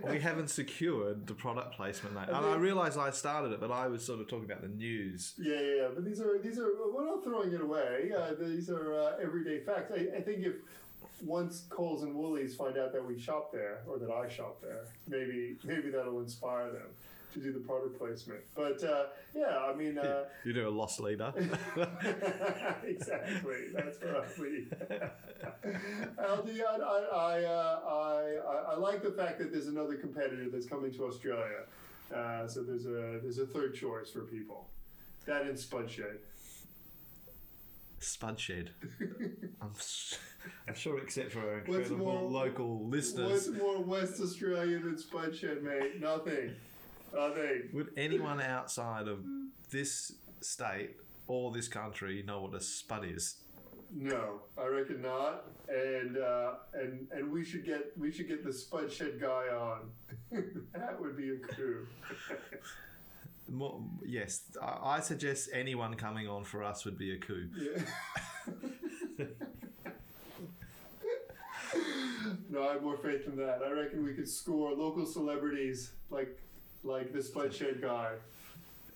[SPEAKER 1] We haven't secured the product placement, mate. And I
[SPEAKER 2] then-
[SPEAKER 1] realise I started it, but I was sort of talking about the news.
[SPEAKER 2] yeah, yeah, yeah. But these are these are we're not throwing it away. Uh, these are uh, everyday facts. I, I think if once Coles and Woolies find out that we shop there or that I shop there, maybe maybe that'll inspire them to do the product placement. But uh, yeah, I mean. Uh,
[SPEAKER 1] You know, a lost leader.
[SPEAKER 2] exactly. That's probably. Aldi, I, I, I, uh, I, I- I like the fact that there's another competitor that's coming to Australia. Uh, so there's a there's a third choice for people. That and Spudshed.
[SPEAKER 1] Spud shed. I'm, s- I'm sure, except for our
[SPEAKER 2] What's
[SPEAKER 1] incredible
[SPEAKER 2] more-
[SPEAKER 1] local
[SPEAKER 2] What's
[SPEAKER 1] listeners,
[SPEAKER 2] more West Australian than Spudshed, mate? Nothing. Nothing.
[SPEAKER 1] Would anyone outside of this state or this country know what a spud is?
[SPEAKER 2] No, I reckon not. And uh, and and we should get we should get the Spudshed guy on. that would be a coup.
[SPEAKER 1] More, yes, I, I suggest anyone coming on for us would be a coup.
[SPEAKER 2] Yeah. no, I have more faith than that. I reckon we could score local celebrities like like this bloodshed guy.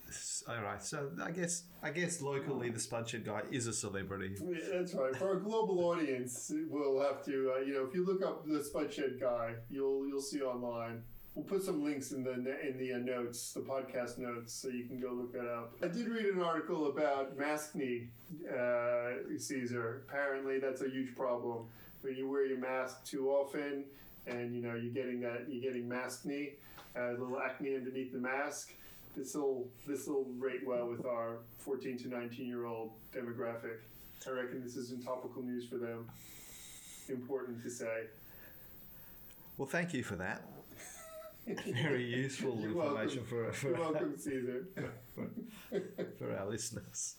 [SPEAKER 1] S- All right, so I guess I guess locally the Spudshed guy is a celebrity.
[SPEAKER 2] Yeah, that's right. For a global audience, we'll have to. Uh, you know, if you look up the bloodshed guy, you'll you'll see online. We'll put some links in the in the uh, notes, the podcast notes, so you can go look that up. I did read an article about Maskney, uh, Caesar. Apparently, that's a huge problem when you wear your mask too often, and you know you're getting that you're getting Maskney, uh, little acne underneath the mask. This will this will rate well with our 14 to 19 year old demographic. I reckon this is in topical news for them. Important to say.
[SPEAKER 1] Well, thank you for that. Very useful
[SPEAKER 2] You're
[SPEAKER 1] information for
[SPEAKER 2] You're
[SPEAKER 1] for,
[SPEAKER 2] welcome, Caesar.
[SPEAKER 1] for our listeners.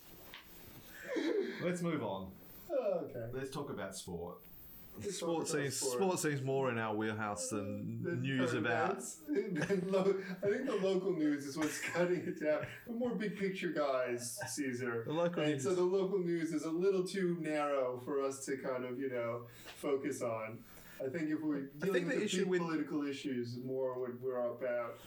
[SPEAKER 1] Let's move on.
[SPEAKER 2] Oh, okay.
[SPEAKER 1] Let's talk about sport.
[SPEAKER 2] Let's talk
[SPEAKER 1] Sport
[SPEAKER 2] about
[SPEAKER 1] seems
[SPEAKER 2] sport.
[SPEAKER 1] sport seems more in our wheelhouse
[SPEAKER 2] The
[SPEAKER 1] than news
[SPEAKER 2] current
[SPEAKER 1] about
[SPEAKER 2] events. The lo- I think the local news is what's cutting it down. We're more big picture guys, Caesar.
[SPEAKER 1] the local
[SPEAKER 2] And
[SPEAKER 1] news.
[SPEAKER 2] so the local news is a little too narrow for us to kind of, you know, focus on. I think if we're dealing
[SPEAKER 1] think
[SPEAKER 2] with
[SPEAKER 1] the
[SPEAKER 2] the
[SPEAKER 1] issue
[SPEAKER 2] big
[SPEAKER 1] with-
[SPEAKER 2] political issues, more what we're about.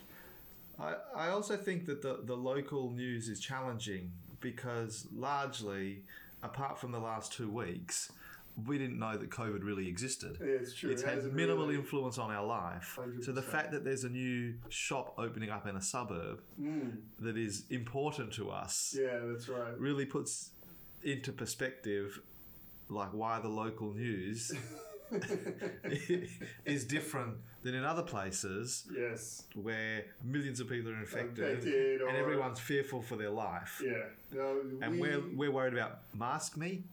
[SPEAKER 1] I, I also think that the, the local news is challenging because largely, apart from the last two weeks, we didn't know that COVID really existed.
[SPEAKER 2] It's true.
[SPEAKER 1] It's
[SPEAKER 2] it
[SPEAKER 1] had
[SPEAKER 2] hasn't
[SPEAKER 1] minimal
[SPEAKER 2] really-
[SPEAKER 1] influence on our life. So the
[SPEAKER 2] 100%.
[SPEAKER 1] fact that there's a new shop opening up in a suburb
[SPEAKER 2] Mm,
[SPEAKER 1] that is important to us
[SPEAKER 2] yeah, that's right.
[SPEAKER 1] really puts into perspective like why the local news is different than in other places
[SPEAKER 2] yes.
[SPEAKER 1] where millions of people are infected,
[SPEAKER 2] Infected
[SPEAKER 1] and
[SPEAKER 2] or-
[SPEAKER 1] everyone's fearful for their life.
[SPEAKER 2] Yeah. No,
[SPEAKER 1] And
[SPEAKER 2] we,
[SPEAKER 1] we're, we're worried about mask me.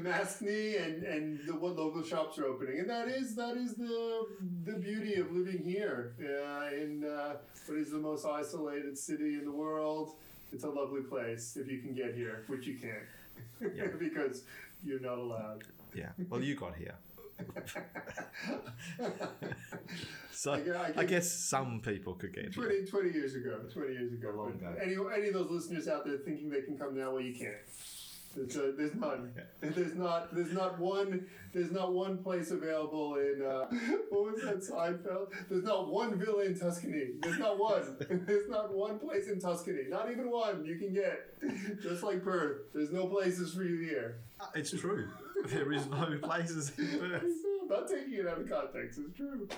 [SPEAKER 2] mask me and and the, what local shops are opening, and that is that is the the beauty of living here uh, in uh, what is the most isolated city in the world. It's a lovely place if you can get here, which you can't
[SPEAKER 1] Yeah.
[SPEAKER 2] because you're not allowed.
[SPEAKER 1] Yeah. Well, you got here. So
[SPEAKER 2] I gu- I
[SPEAKER 1] I,
[SPEAKER 2] guess-
[SPEAKER 1] guess some people could get here.
[SPEAKER 2] 20, 20 years ago, 20 years ago.
[SPEAKER 1] long time.
[SPEAKER 2] But Any, any of those listeners out there thinking they can come now, well, you can't. There's, uh, there's none. There's not. There's not one. There's not one place available in. Uh, what was that Seinfeld? There's not one villa in Tuscany. There's not one. there's not one place in Tuscany. Not even one you can get. Just like Perth, there's no places for you here.
[SPEAKER 1] It's true. There is no places in Perth.
[SPEAKER 2] not taking it out of context. It's true.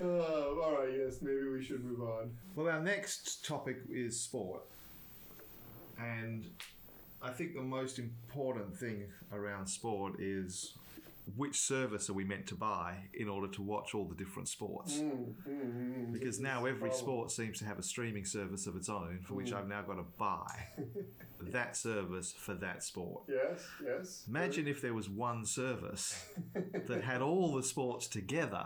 [SPEAKER 2] Uh, all right. Yes. Maybe we should move on.
[SPEAKER 1] Well, our next topic is sport. And I think the most important thing around sport is which service are we meant to buy in order to watch all the different sports?
[SPEAKER 2] Mm. Hmm.
[SPEAKER 1] Because now every sport seems to have a streaming service of its own for which I've now got to buy that service for that sport.
[SPEAKER 2] Yes, yes.
[SPEAKER 1] Imagine if there was one service that had all the sports together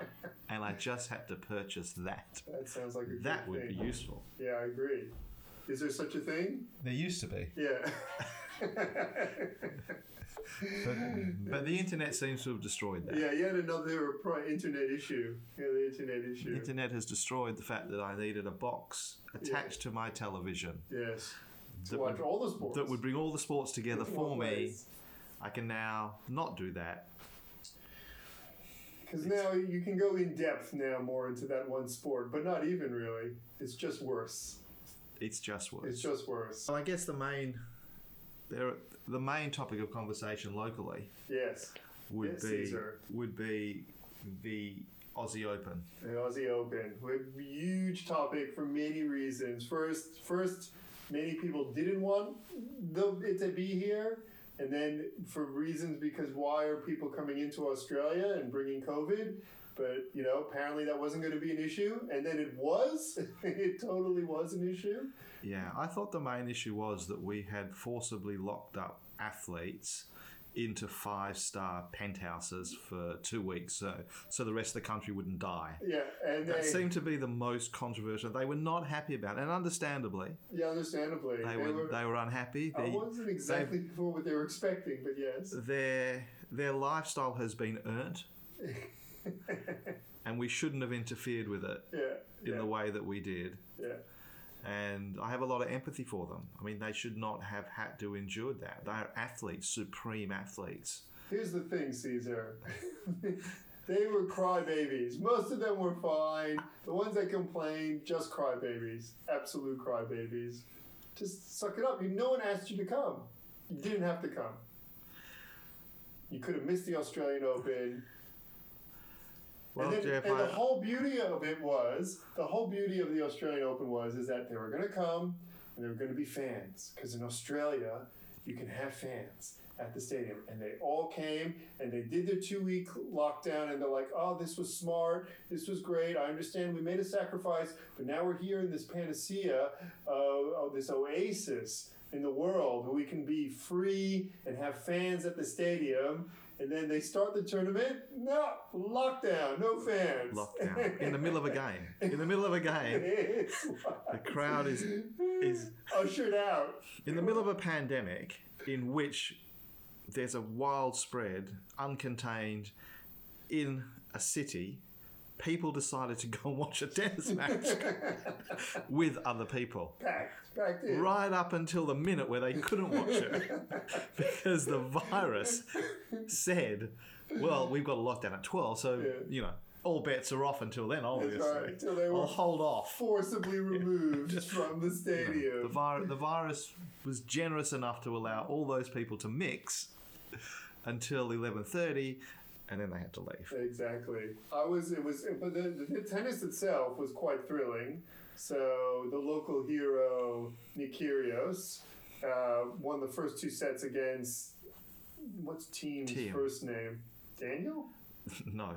[SPEAKER 1] and I just had to purchase that.
[SPEAKER 2] That sounds like a
[SPEAKER 1] That
[SPEAKER 2] good
[SPEAKER 1] would be
[SPEAKER 2] thing.
[SPEAKER 1] useful.
[SPEAKER 2] Yeah, I agree. Is there such a thing?
[SPEAKER 1] There used to be.
[SPEAKER 2] Yeah.
[SPEAKER 1] But, but the internet seems to have destroyed that.
[SPEAKER 2] yeah, yet another pro- internet issue. Yeah, the internet
[SPEAKER 1] The
[SPEAKER 2] issue.
[SPEAKER 1] internet has destroyed the fact that I needed a box attached to my television
[SPEAKER 2] yes. To
[SPEAKER 1] That
[SPEAKER 2] watch
[SPEAKER 1] would-
[SPEAKER 2] all the sports.
[SPEAKER 1] that would bring all the sports together for
[SPEAKER 2] One
[SPEAKER 1] me.
[SPEAKER 2] place.
[SPEAKER 1] I can now not do that.
[SPEAKER 2] Because now you can go in depth now more into that one sport, but not even really. It's just worse.
[SPEAKER 1] It's just worse.
[SPEAKER 2] It's just worse.
[SPEAKER 1] So I guess the main, there, the main topic of conversation locally
[SPEAKER 2] Yes.
[SPEAKER 1] would
[SPEAKER 2] Yes,
[SPEAKER 1] be
[SPEAKER 2] Caesar.
[SPEAKER 1] would be the Aussie Open.
[SPEAKER 2] the Aussie Open. A huge topic for many reasons. First, first, many people didn't want the, it to be here, and then for reasons because why are people coming into Australia and bringing COVID? But you know, apparently that wasn't going to be an issue, and then it was. it totally was an issue.
[SPEAKER 1] Yeah, I thought the main issue was that we had forcibly locked up athletes into five star penthouses for two weeks, so so the rest of the country wouldn't die.
[SPEAKER 2] Yeah, and they,
[SPEAKER 1] That seemed to be the most controversial. They were not happy about it, and understandably,
[SPEAKER 2] yeah, understandably,
[SPEAKER 1] they were they were unhappy.
[SPEAKER 2] I
[SPEAKER 1] They-
[SPEAKER 2] wasn't exactly for what they were expecting, but yes.
[SPEAKER 1] their their lifestyle has been earned, and we shouldn't have interfered with it
[SPEAKER 2] Yeah.
[SPEAKER 1] in
[SPEAKER 2] yeah,
[SPEAKER 1] the way that we did.
[SPEAKER 2] yeah.
[SPEAKER 1] and I have a lot of empathy for them. I mean, they should not have had to endure that. They are athletes, supreme athletes.
[SPEAKER 2] Here's the thing, Caesar. they were crybabies. Most of them were fine. The ones that complained, just crybabies. Absolute crybabies. Just suck it up. You, no one asked you to come. You didn't have to come. You could have missed the Australian Open.
[SPEAKER 1] Well,
[SPEAKER 2] and, then-
[SPEAKER 1] Jeff,
[SPEAKER 2] and the
[SPEAKER 1] I-
[SPEAKER 2] whole beauty of it was the whole beauty of the Australian Open was is that they were going to come and there were going to be fans because in Australia you can have fans at the stadium and they all came and they did their two week lockdown and they're like oh this was smart this was great I understand we made a sacrifice but now we're here in this panacea uh, of this oasis in the world where we can be free and have fans at the stadium and then they start the tournament no lockdown no fans
[SPEAKER 1] lockdown in the middle of a game. In the middle of a game,
[SPEAKER 2] It's
[SPEAKER 1] the crowd is is
[SPEAKER 2] ushered out
[SPEAKER 1] in the middle of a pandemic in which there's a wild spread, uncontained, in a city. People decided to go and watch a tennis match with other people.
[SPEAKER 2] packed packed in
[SPEAKER 1] right up until the minute where they couldn't watch it because the virus said, "Well, we've got a lockdown at twelve, so
[SPEAKER 2] Yeah.
[SPEAKER 1] you know all bets are off until then. Obviously,
[SPEAKER 2] right, until they were-
[SPEAKER 1] I'll hold off."
[SPEAKER 2] forcibly removed from the stadium
[SPEAKER 1] The, vir- the virus was generous enough to allow all those people to mix until eleven thirty, and then they had to leave.
[SPEAKER 2] Exactly. I was. It was. But the, the tennis itself was quite thrilling. So the local hero Nick Kyrgios uh, won the first two sets against what's team's
[SPEAKER 1] Team.
[SPEAKER 2] first name? Daniel.
[SPEAKER 1] no,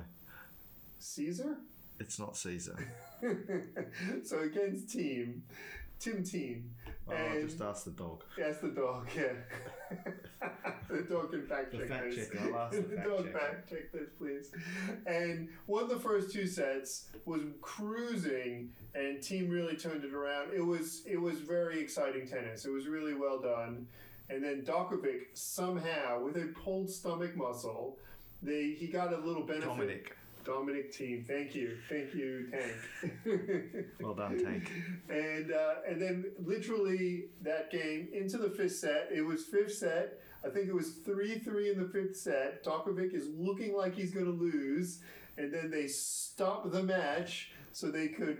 [SPEAKER 2] Caesar?
[SPEAKER 1] it's not Caesar.
[SPEAKER 2] so again's team, Tim Team.
[SPEAKER 1] Oh, I
[SPEAKER 2] and
[SPEAKER 1] just asked the dog.
[SPEAKER 2] That's the dog, yeah. the dog can fact
[SPEAKER 1] The
[SPEAKER 2] check
[SPEAKER 1] fact
[SPEAKER 2] this.
[SPEAKER 1] checker, I'll ask the fact
[SPEAKER 2] dog
[SPEAKER 1] checker.
[SPEAKER 2] fact check this, please. And one of the first two sets was cruising, and team really turned it around. It was it was very exciting tennis. It was really well done. And then Dokovic somehow, with a pulled stomach muscle, they he got a little benefit.
[SPEAKER 1] Dominic.
[SPEAKER 2] Dominic team, thank you, thank you, Tank.
[SPEAKER 1] Well done, Tank.
[SPEAKER 2] and uh, and then literally that game into the fifth set. It was fifth set. I think it was three three in the fifth set. Dokovic is looking like he's going to lose, and then they stop the match so they could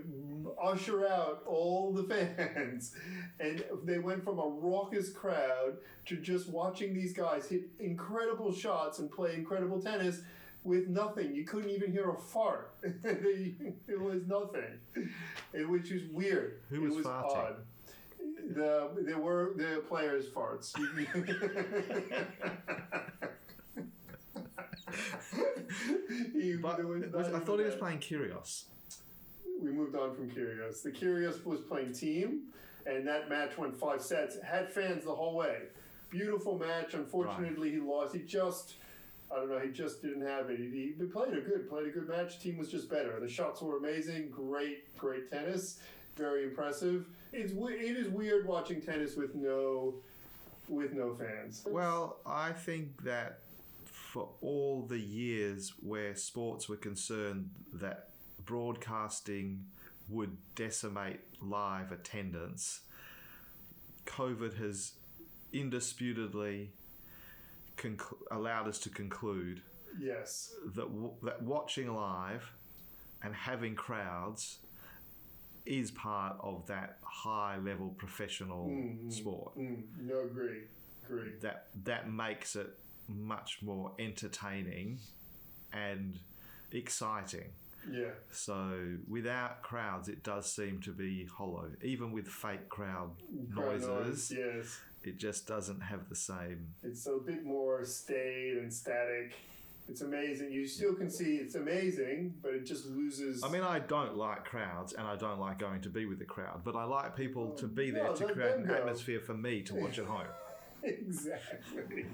[SPEAKER 2] usher out all the fans, and they went from a raucous crowd to just watching these guys hit incredible shots and play incredible tennis. With nothing, you couldn't even hear a fart. They- it was nothing, It- which is weird.
[SPEAKER 1] Who
[SPEAKER 2] It
[SPEAKER 1] was farting?
[SPEAKER 2] Odd. The there were the players farts. He-
[SPEAKER 1] But
[SPEAKER 2] there was
[SPEAKER 1] it
[SPEAKER 2] not
[SPEAKER 1] was- I
[SPEAKER 2] even
[SPEAKER 1] thought he was
[SPEAKER 2] that.
[SPEAKER 1] playing Kyrgios.
[SPEAKER 2] we moved on from Curios. The Curios was playing team, and that match went five sets. Had fans the whole way. Beautiful match. Unfortunately, he lost. He just, I don't know, he just didn't have it. He, he played a good, played a good match. Team was just better. The shots were amazing. Great, great tennis. Very impressive. It's we- it is weird watching tennis with no, with no fans.
[SPEAKER 1] Well, I think that for all the years where sports were concerned that broadcasting would decimate live attendance, COVID has indisputably conclu- allowed us to conclude
[SPEAKER 2] yes,
[SPEAKER 1] that w- that watching live and having crowds is part of that high level professional sport
[SPEAKER 2] mm, no, agree, agree.
[SPEAKER 1] that that makes it much more entertaining and exciting.
[SPEAKER 2] Yeah.
[SPEAKER 1] So without crowds, it does seem to be hollow. Even with fake crowd
[SPEAKER 2] Crowd
[SPEAKER 1] noises,
[SPEAKER 2] noise, Yes.
[SPEAKER 1] it just doesn't have the same.
[SPEAKER 2] It's a bit more staid and static. It's amazing. You still can see it's amazing, but it just loses.
[SPEAKER 1] I mean, I don't like crowds, and I don't like going to be with the crowd, but I like people to be
[SPEAKER 2] Oh, No,
[SPEAKER 1] there to
[SPEAKER 2] let
[SPEAKER 1] create
[SPEAKER 2] them
[SPEAKER 1] an
[SPEAKER 2] go.
[SPEAKER 1] atmosphere for me to watch at home.
[SPEAKER 2] exactly.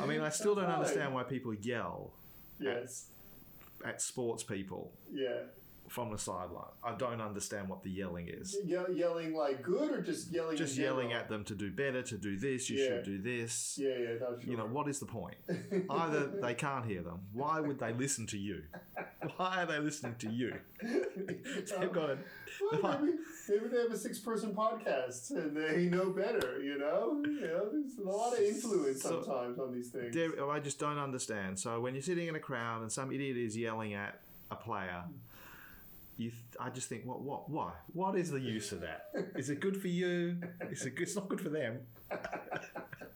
[SPEAKER 1] I mean, I still don't
[SPEAKER 2] That's right.
[SPEAKER 1] understand why people yell
[SPEAKER 2] Yes.
[SPEAKER 1] at sports people
[SPEAKER 2] Yeah.
[SPEAKER 1] from the sideline. I don't understand what the yelling is.
[SPEAKER 2] Ye- yelling like good or just yelling?
[SPEAKER 1] just
[SPEAKER 2] in
[SPEAKER 1] yelling
[SPEAKER 2] general?
[SPEAKER 1] at them to do better, to do this, you
[SPEAKER 2] Yeah.
[SPEAKER 1] should do this.
[SPEAKER 2] Yeah, yeah, that's
[SPEAKER 1] You know, what is the point? Either they can't hear them. Why would they listen to you? Why are they listening to you?
[SPEAKER 2] Oh,
[SPEAKER 1] They've got a,
[SPEAKER 2] Well, maybe, maybe they have a six-person podcast and they know better. You know, you know, there's a lot of influence
[SPEAKER 1] So-
[SPEAKER 2] sometimes on these things.
[SPEAKER 1] there- oh, I just don't understand. So when you're sitting in a crowd and some idiot is yelling at a player, you th- I just think, what, what, why? What is the use of that? Is it good for you? Is it? It's not good for them.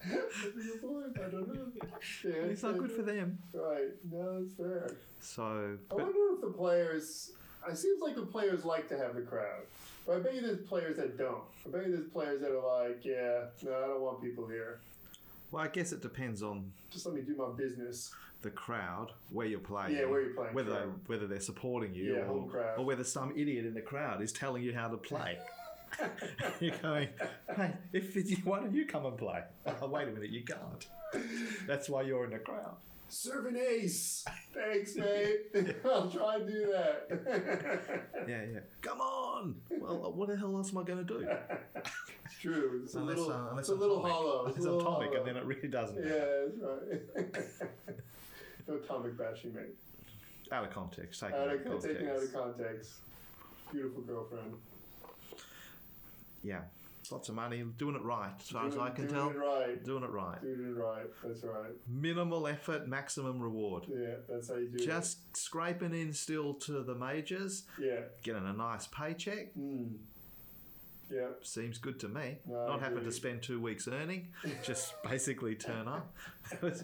[SPEAKER 2] Maybe you're bored, I don't know. Yeah,
[SPEAKER 1] It's not good for them.
[SPEAKER 2] Right? No, it's fair.
[SPEAKER 1] So,
[SPEAKER 2] I
[SPEAKER 1] but
[SPEAKER 2] wonder if the players. It seems like the players like to have the crowd, but I bet you there's players that don't. I bet you there's players that are like, yeah, no, I don't want people here.
[SPEAKER 1] well, I guess it depends on
[SPEAKER 2] Just let me do my business.
[SPEAKER 1] the crowd where you're playing.
[SPEAKER 2] Yeah, where you're playing,
[SPEAKER 1] Whether they,
[SPEAKER 2] true.
[SPEAKER 1] whether they're supporting you
[SPEAKER 2] Yeah, home
[SPEAKER 1] or,
[SPEAKER 2] crowd.
[SPEAKER 1] or whether some idiot in the crowd is telling you how to play. you're going, hey, if it's, why don't you come and play? Oh, wait a minute, you can't. That's why you're in the crowd.
[SPEAKER 2] Serve an ace. Thanks, mate. I'll try and do that.
[SPEAKER 1] Yeah, yeah. Come on. Well, uh, what the hell else am I going to do?
[SPEAKER 2] it's true. It's a
[SPEAKER 1] Unless,
[SPEAKER 2] little.
[SPEAKER 1] uh, unless
[SPEAKER 2] it's a
[SPEAKER 1] I'm
[SPEAKER 2] little
[SPEAKER 1] tonic.
[SPEAKER 2] hollow.
[SPEAKER 1] It's
[SPEAKER 2] a
[SPEAKER 1] a
[SPEAKER 2] little
[SPEAKER 1] tonic,
[SPEAKER 2] hollow.
[SPEAKER 1] and then it really doesn't.
[SPEAKER 2] yeah,
[SPEAKER 1] matter.
[SPEAKER 2] that's right. no atomic bashing, mate.
[SPEAKER 1] Out of context. Taken
[SPEAKER 2] Out of,
[SPEAKER 1] context.
[SPEAKER 2] taken out of context. Beautiful girlfriend.
[SPEAKER 1] yeah. Lots of money. Doing it right, as far as
[SPEAKER 2] Doing-
[SPEAKER 1] I can
[SPEAKER 2] doing
[SPEAKER 1] tell.
[SPEAKER 2] it right.
[SPEAKER 1] Doing it right.
[SPEAKER 2] Doing it right. That's right.
[SPEAKER 1] Minimal effort, maximum reward.
[SPEAKER 2] Yeah, that's how you do it.
[SPEAKER 1] just scraping in still to the majors,
[SPEAKER 2] Yeah.
[SPEAKER 1] getting a nice paycheck.
[SPEAKER 2] Mm. Yeah.
[SPEAKER 1] Seems good to me.
[SPEAKER 2] No, I
[SPEAKER 1] Not having
[SPEAKER 2] agree.
[SPEAKER 1] to spend two weeks earning, just basically turn up. There was,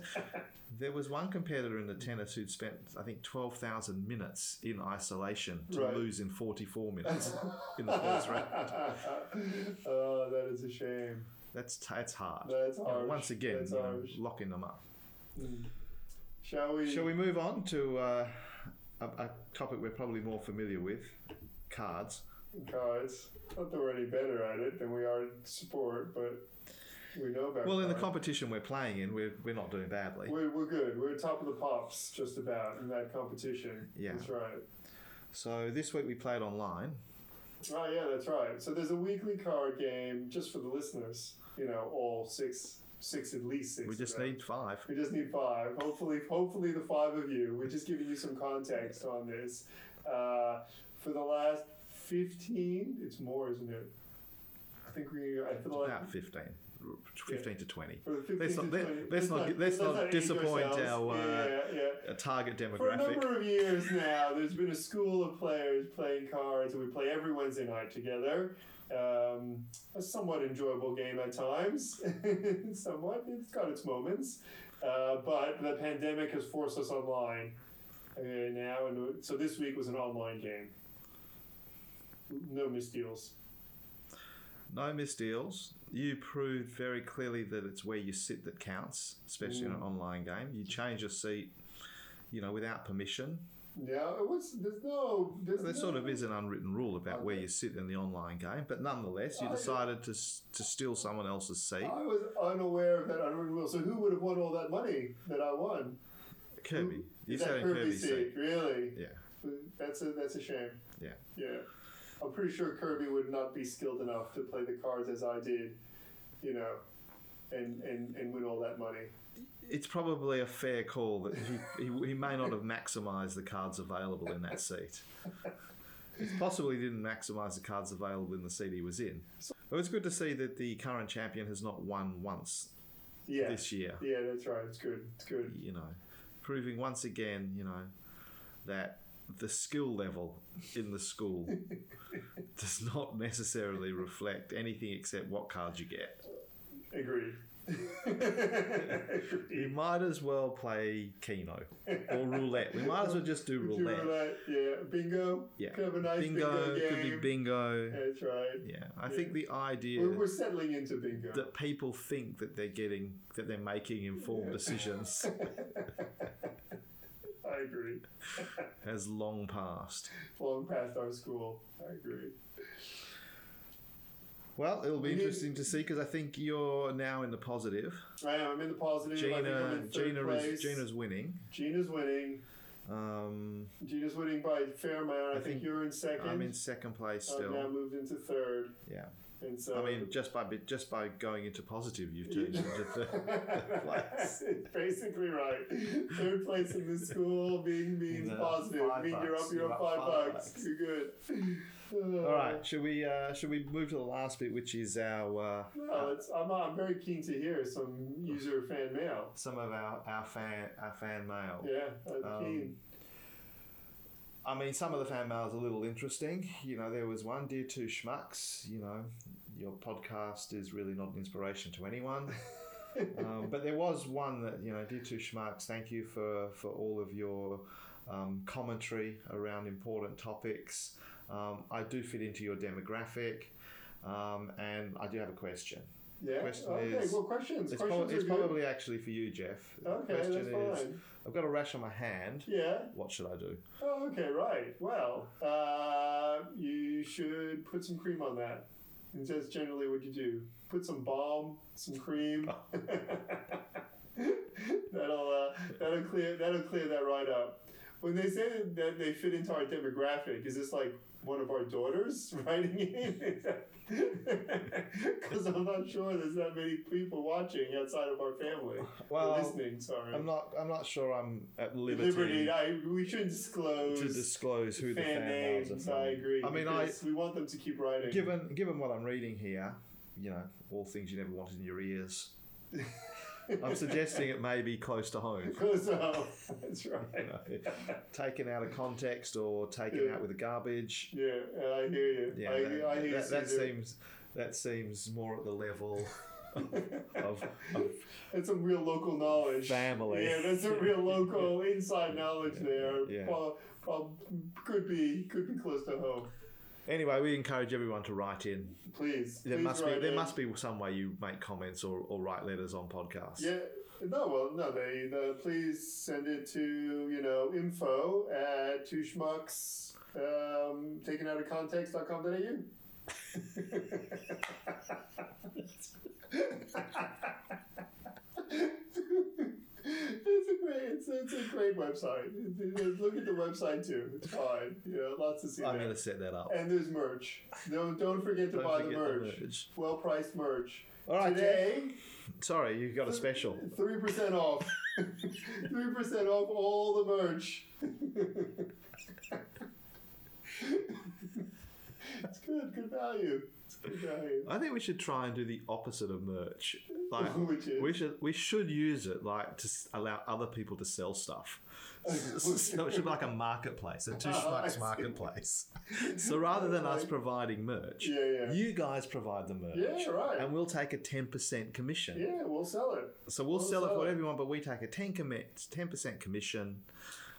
[SPEAKER 1] there was one competitor in the tennis who'd spent, I think, 12,000 minutes in isolation to
[SPEAKER 2] Right.
[SPEAKER 1] lose in 44 minutes in the first round.
[SPEAKER 2] oh, that is a shame.
[SPEAKER 1] That's, that's hard.
[SPEAKER 2] That's
[SPEAKER 1] You know,
[SPEAKER 2] harsh.
[SPEAKER 1] once again,
[SPEAKER 2] That's
[SPEAKER 1] you know,
[SPEAKER 2] harsh.
[SPEAKER 1] locking them up.
[SPEAKER 2] Mm. Shall we?
[SPEAKER 1] Shall we move on to uh, a, a topic we're probably more familiar with cards?
[SPEAKER 2] Cards. Not that we're any better at it than we are at sport, but we know about.
[SPEAKER 1] Well, in the
[SPEAKER 2] cards.
[SPEAKER 1] competition we're playing in, we're, we're not doing badly.
[SPEAKER 2] We're, we're good. We're top of the pops, just about in that competition.
[SPEAKER 1] Yeah.
[SPEAKER 2] that's right.
[SPEAKER 1] So this week we played online.
[SPEAKER 2] Oh yeah, that's right. So there's a weekly card game just for the listeners. You know, all six, six at least six.
[SPEAKER 1] We
[SPEAKER 2] of
[SPEAKER 1] just
[SPEAKER 2] them.
[SPEAKER 1] need five.
[SPEAKER 2] We just need five. Hopefully, hopefully the five of you. We're just giving you some context on this. Uh, for the last fifteen, it's more, isn't it? I think we. I feel like
[SPEAKER 1] About 15. 15 to 20.
[SPEAKER 2] for the 15
[SPEAKER 1] Let's
[SPEAKER 2] to
[SPEAKER 1] not- let-
[SPEAKER 2] 20
[SPEAKER 1] let's not get- let's not
[SPEAKER 2] age
[SPEAKER 1] disappoint
[SPEAKER 2] ourselves.
[SPEAKER 1] our, uh,
[SPEAKER 2] yeah, yeah.
[SPEAKER 1] A target
[SPEAKER 2] For a
[SPEAKER 1] demographic.
[SPEAKER 2] number of years now, there's been a school of players playing cards, and we play every Wednesday night together. Um, a somewhat enjoyable game at times. somewhat, it's got its moments. Uh, but the pandemic has forced us online uh, now, and so this week was an online game. No misdeals.
[SPEAKER 1] No misdeals. You proved very clearly that it's where you sit that counts, especially
[SPEAKER 2] Mm.
[SPEAKER 1] in an online game. You change your seat, you know, without permission.
[SPEAKER 2] Yeah, it was. There's no. There's
[SPEAKER 1] There
[SPEAKER 2] no,
[SPEAKER 1] sort of is an unwritten rule about where you sit in the online game, but nonetheless, you
[SPEAKER 2] I-
[SPEAKER 1] decided to, s- to steal someone else's seat.
[SPEAKER 2] I was unaware of that unwritten rule. So who would have won all that money that I won?
[SPEAKER 1] Kirby. You
[SPEAKER 2] Is
[SPEAKER 1] sat
[SPEAKER 2] that
[SPEAKER 1] in Kirby's
[SPEAKER 2] Kirby's
[SPEAKER 1] seat.
[SPEAKER 2] Really?
[SPEAKER 1] Yeah.
[SPEAKER 2] That's a that's a shame.
[SPEAKER 1] Yeah.
[SPEAKER 2] Yeah. I'm pretty sure Kirby would not be skilled enough to play the cards as I did, you know, and and, and win all that money.
[SPEAKER 1] It's probably a fair call that he, he, he may not have maximised the cards available in that seat. It's possible he didn't maximise the cards available in the seat he was in. But it's good to see that the current champion has not won once
[SPEAKER 2] Yeah.
[SPEAKER 1] this year.
[SPEAKER 2] yeah, that's right. It's good. It's good.
[SPEAKER 1] You know, proving once again, you know, that the skill level in the school does not necessarily reflect anything except what cards you get.
[SPEAKER 2] Agreed.
[SPEAKER 1] You
[SPEAKER 2] Agreed.
[SPEAKER 1] might as well play Keno or roulette. We might as well just do
[SPEAKER 2] Would you
[SPEAKER 1] roulette.
[SPEAKER 2] roulette? Yeah. Bingo.
[SPEAKER 1] Yeah.
[SPEAKER 2] Could have a nice bingo,
[SPEAKER 1] bingo, could be
[SPEAKER 2] game.
[SPEAKER 1] bingo.
[SPEAKER 2] That's right.
[SPEAKER 1] Yeah, I think the idea
[SPEAKER 2] We're, we're settling into bingo.
[SPEAKER 1] that people think that they're getting that they're making informed decisions
[SPEAKER 2] I agree.
[SPEAKER 1] has long passed.
[SPEAKER 2] Long past our school. I agree.
[SPEAKER 1] Well, it'll be
[SPEAKER 2] We need-
[SPEAKER 1] interesting to see because I think you're now in the positive.
[SPEAKER 2] I am. I'm in the positive. I think I'm
[SPEAKER 1] Gina,
[SPEAKER 2] in third
[SPEAKER 1] Gina
[SPEAKER 2] place.
[SPEAKER 1] is Gina's winning.
[SPEAKER 2] Gina's winning.
[SPEAKER 1] Um,
[SPEAKER 2] Gina's winning by a fair amount. I,
[SPEAKER 1] I
[SPEAKER 2] think,
[SPEAKER 1] think
[SPEAKER 2] you're in 2nd
[SPEAKER 1] I'm in second place
[SPEAKER 2] I've now
[SPEAKER 1] still.
[SPEAKER 2] moved into third,
[SPEAKER 1] Yeah,
[SPEAKER 2] and Oh, so
[SPEAKER 1] I mean, just by bit- just by going into positive, you've
[SPEAKER 2] You-
[SPEAKER 1] changed into third. place.
[SPEAKER 2] Basically right. Third place in the school being means
[SPEAKER 1] No,
[SPEAKER 2] positive.
[SPEAKER 1] five
[SPEAKER 2] Mean you're up.
[SPEAKER 1] bucks.
[SPEAKER 2] You're up
[SPEAKER 1] You're up
[SPEAKER 2] five,
[SPEAKER 1] five
[SPEAKER 2] bucks.
[SPEAKER 1] bucks.
[SPEAKER 2] You're good. Uh,
[SPEAKER 1] All right, should we uh, should we move to the last bit, which is our uh,
[SPEAKER 2] Well, it's, I'm, I'm very keen to hear some user fan mail.
[SPEAKER 1] some of our, our fan our fan mail.
[SPEAKER 2] Yeah, I'm
[SPEAKER 1] Um,
[SPEAKER 2] keen.
[SPEAKER 1] I mean, some of the fan mail's a little interesting. You know, there was one, Dear Two Schmucks, you know, your podcast is really not an inspiration to anyone. um, but there was one that, you know, Dear Two Schmucks, thank you for, for all of your um, commentary around important topics. Um, I do fit into your demographic. Um, and I do have a question.
[SPEAKER 2] Yeah.
[SPEAKER 1] question
[SPEAKER 2] okay.
[SPEAKER 1] is-
[SPEAKER 2] well, questions.
[SPEAKER 1] It's,
[SPEAKER 2] questions
[SPEAKER 1] prob-
[SPEAKER 2] are
[SPEAKER 1] it's
[SPEAKER 2] good.
[SPEAKER 1] probably actually for you, Jeff. The
[SPEAKER 2] okay.
[SPEAKER 1] question
[SPEAKER 2] That's fine.
[SPEAKER 1] is I've got a rash on my hand.
[SPEAKER 2] Yeah.
[SPEAKER 1] What should I do?
[SPEAKER 2] Oh, okay, right. Well, uh, you should put some cream on that. And that's generally what you do. Put some balm, some cream.
[SPEAKER 1] Oh.
[SPEAKER 2] that'll uh, that'll clear that'll clear that right up. When they say that they fit into our demographic, is this like one of our daughters writing in? Because I'm not sure there's that many people watching outside of our family.
[SPEAKER 1] Well,
[SPEAKER 2] or listening, sorry.
[SPEAKER 1] I'm not. I'm not sure. I'm at liberty,
[SPEAKER 2] Liberty, I, we shouldn't disclose
[SPEAKER 1] to disclose who the
[SPEAKER 2] fan
[SPEAKER 1] fan
[SPEAKER 2] names.
[SPEAKER 1] mails are.
[SPEAKER 2] I
[SPEAKER 1] from.
[SPEAKER 2] agree.
[SPEAKER 1] I mean, I
[SPEAKER 2] because we want them to keep writing.
[SPEAKER 1] given given what I'm reading here, you know, all things you never wanted in your ears. I'm suggesting it may be close to home.
[SPEAKER 2] Close up. uh, That's right.
[SPEAKER 1] you know, taken out of context or taken
[SPEAKER 2] Yeah.
[SPEAKER 1] out with the garbage.
[SPEAKER 2] Yeah, I hear you.
[SPEAKER 1] Yeah,
[SPEAKER 2] I,
[SPEAKER 1] that,
[SPEAKER 2] I hear you.
[SPEAKER 1] that, that
[SPEAKER 2] Caesar.
[SPEAKER 1] seems that seems more at the level of, of
[SPEAKER 2] that's some real local knowledge.
[SPEAKER 1] Family.
[SPEAKER 2] Yeah, that's some real local inside knowledge there.
[SPEAKER 1] Yeah.
[SPEAKER 2] Well, well, could be could be close to home.
[SPEAKER 1] Anyway, we encourage everyone to write in.
[SPEAKER 2] Please.
[SPEAKER 1] There
[SPEAKER 2] please
[SPEAKER 1] must be
[SPEAKER 2] write
[SPEAKER 1] there
[SPEAKER 2] in.
[SPEAKER 1] must be some way you make comments or, or write letters on podcasts.
[SPEAKER 2] Yeah. No, well, no, they, uh, please send it to, you know, info at two schmucks, um, taken out of context.com.au. it's a great, it's, it's a great website. Look at the website too. It's fine. You know, lots to see
[SPEAKER 1] I'm
[SPEAKER 2] there.
[SPEAKER 1] going to set that up.
[SPEAKER 2] And there's merch. No, don't forget to
[SPEAKER 1] Don't
[SPEAKER 2] buy the
[SPEAKER 1] forget
[SPEAKER 2] merch.
[SPEAKER 1] merch.
[SPEAKER 2] Well priced merch.
[SPEAKER 1] All right,
[SPEAKER 2] Today,
[SPEAKER 1] Sorry, you got a special.
[SPEAKER 2] Three percent off. Three percent off all the merch. it's good, good value. It's good value.
[SPEAKER 1] I think we should try and do the opposite of merch. Like
[SPEAKER 2] Which is?
[SPEAKER 1] we should we should use it like to s- allow other people to sell stuff. so it should be like a marketplace, a two
[SPEAKER 2] I
[SPEAKER 1] schmucks
[SPEAKER 2] see.
[SPEAKER 1] marketplace. So rather than us
[SPEAKER 2] Like-
[SPEAKER 1] providing merch,
[SPEAKER 2] Yeah, yeah.
[SPEAKER 1] you guys provide the merch.
[SPEAKER 2] Yeah, right.
[SPEAKER 1] And we'll take a ten percent commission.
[SPEAKER 2] Yeah, we'll sell it.
[SPEAKER 1] So we'll,
[SPEAKER 2] We'll
[SPEAKER 1] sell it
[SPEAKER 2] sell
[SPEAKER 1] for
[SPEAKER 2] it.
[SPEAKER 1] whatever you want, but we take a ten commit ten percent commission.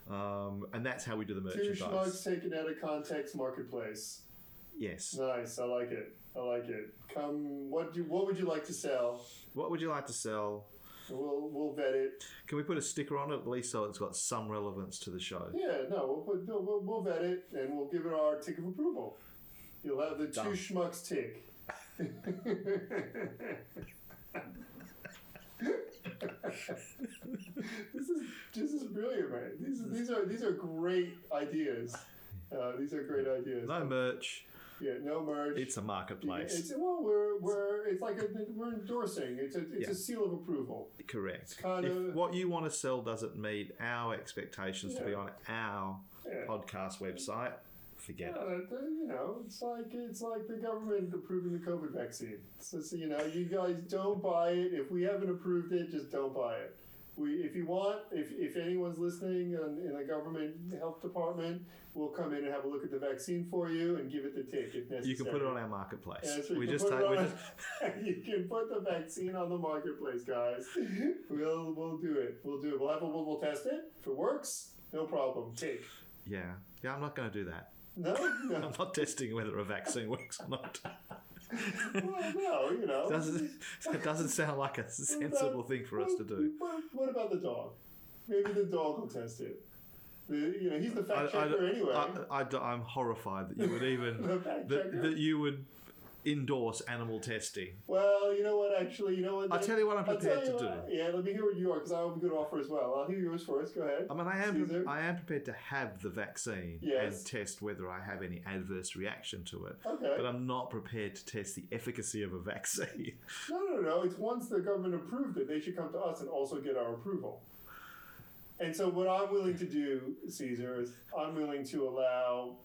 [SPEAKER 1] Um, and that's how we do the
[SPEAKER 2] Two
[SPEAKER 1] merchandise.
[SPEAKER 2] schmucks taken out of context marketplace.
[SPEAKER 1] Yes.
[SPEAKER 2] Nice, I like it. I like it. Come, what do what would you like to sell?
[SPEAKER 1] What would you like to sell?
[SPEAKER 2] We'll we'll vet it.
[SPEAKER 1] Can we put a sticker on it at least so it's got some relevance to the show?
[SPEAKER 2] Yeah, no, we'll, put, no, we'll, we'll vet it and we'll give it our tick of approval. You'll have the
[SPEAKER 1] Done.
[SPEAKER 2] two schmucks tick. this is this is brilliant, man. These these are these are great ideas. Uh, these are great ideas.
[SPEAKER 1] No merch.
[SPEAKER 2] yeah, no merge.
[SPEAKER 1] It's a marketplace.
[SPEAKER 2] It's well, we're, we're it's like a, we're endorsing. It's a it's
[SPEAKER 1] Yeah.
[SPEAKER 2] a seal of approval.
[SPEAKER 1] Correct.
[SPEAKER 2] kind
[SPEAKER 1] If
[SPEAKER 2] of-
[SPEAKER 1] what you want to sell doesn't meet our expectations to be
[SPEAKER 2] Yeah.
[SPEAKER 1] on our
[SPEAKER 2] Yeah.
[SPEAKER 1] podcast website, forget
[SPEAKER 2] Yeah, that- that- you know, it's like it's like the government approving the COVID vaccine. So, so, you know, you guys don't buy it. If we haven't approved it, just don't buy it. We, if you want, if, if anyone's listening in, in the government health department, we'll come in and have a look at the vaccine for you and give it the tick if
[SPEAKER 1] it.
[SPEAKER 2] necessary.
[SPEAKER 1] You can put it on our marketplace.
[SPEAKER 2] Yeah, so you
[SPEAKER 1] we
[SPEAKER 2] can
[SPEAKER 1] just
[SPEAKER 2] put it
[SPEAKER 1] take. We
[SPEAKER 2] on-
[SPEAKER 1] just,
[SPEAKER 2] you can put the vaccine on the marketplace, guys. We'll we'll do it. We'll do it. We'll have a, we'll, we'll test it. If it works, no problem. Take.
[SPEAKER 1] yeah, yeah. I'm not going to do that.
[SPEAKER 2] No, no.
[SPEAKER 1] I'm not testing whether a vaccine works or not.
[SPEAKER 2] well, no, you know.
[SPEAKER 1] doesn't that doesn't sound like a sensible thing for us to do?
[SPEAKER 2] What, what about the dog? Maybe the dog will test it. The, you know, he's the
[SPEAKER 1] I,
[SPEAKER 2] fact checker anyway.
[SPEAKER 1] am horrified that you would even
[SPEAKER 2] the fact
[SPEAKER 1] that,
[SPEAKER 2] checker.
[SPEAKER 1] that you would endorse animal testing.
[SPEAKER 2] well, you know what? Actually, you know what?
[SPEAKER 1] I'll tell you what I'm
[SPEAKER 2] I'll tell
[SPEAKER 1] prepared
[SPEAKER 2] you
[SPEAKER 1] to
[SPEAKER 2] what- Yeah, let me hear what you are, because I have a good offer as well. I'll hear yours first. Go ahead.
[SPEAKER 1] I mean, I
[SPEAKER 2] Caesar?
[SPEAKER 1] am I am prepared to have the vaccine
[SPEAKER 2] Yes.
[SPEAKER 1] and test whether I have any adverse reaction to it,
[SPEAKER 2] Okay.
[SPEAKER 1] but I'm not prepared to test the efficacy of a vaccine.
[SPEAKER 2] No, no, no. It's once the government approved it, they should come to us and also get our approval. And so, what I'm willing to do, Caesar, is I'm willing to allow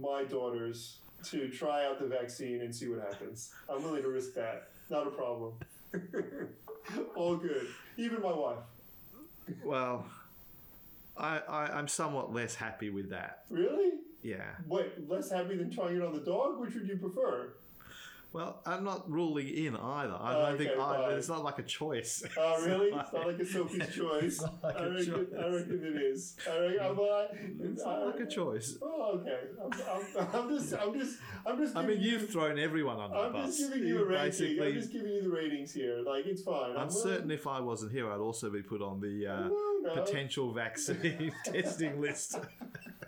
[SPEAKER 2] my daughters to try out the vaccine and see what happens. I'm willing to risk that. Not a problem. All good. Even my wife.
[SPEAKER 1] well, I, I I'm somewhat less happy with that.
[SPEAKER 2] Really?
[SPEAKER 1] Yeah.
[SPEAKER 2] Wait, less happy than trying it on the dog? Which would you prefer?
[SPEAKER 1] Well, I'm not ruling in either. I
[SPEAKER 2] Oh,
[SPEAKER 1] don't think
[SPEAKER 2] okay,
[SPEAKER 1] I,
[SPEAKER 2] fine.
[SPEAKER 1] it's not like a choice.
[SPEAKER 2] Oh,
[SPEAKER 1] It's
[SPEAKER 2] really?
[SPEAKER 1] not
[SPEAKER 2] It's not like a Sophie's choice.
[SPEAKER 1] not like
[SPEAKER 2] I
[SPEAKER 1] a
[SPEAKER 2] reckon, I
[SPEAKER 1] choice.
[SPEAKER 2] reckon it is. I reckon, well, I,
[SPEAKER 1] it's not like a choice.
[SPEAKER 2] Oh, okay. I'm, I'm, I'm just, I'm just, I'm just.
[SPEAKER 1] I
[SPEAKER 2] Giving
[SPEAKER 1] mean,
[SPEAKER 2] you,
[SPEAKER 1] you've thrown everyone under the
[SPEAKER 2] I'm
[SPEAKER 1] bus.
[SPEAKER 2] just giving you a rating. I'm
[SPEAKER 1] basically.
[SPEAKER 2] just giving you the ratings here. Like it's fine.
[SPEAKER 1] I'm
[SPEAKER 2] willing-
[SPEAKER 1] certain if I wasn't here, I'd also be put on the uh,
[SPEAKER 2] No, no.
[SPEAKER 1] potential vaccine testing list.
[SPEAKER 2] Uh,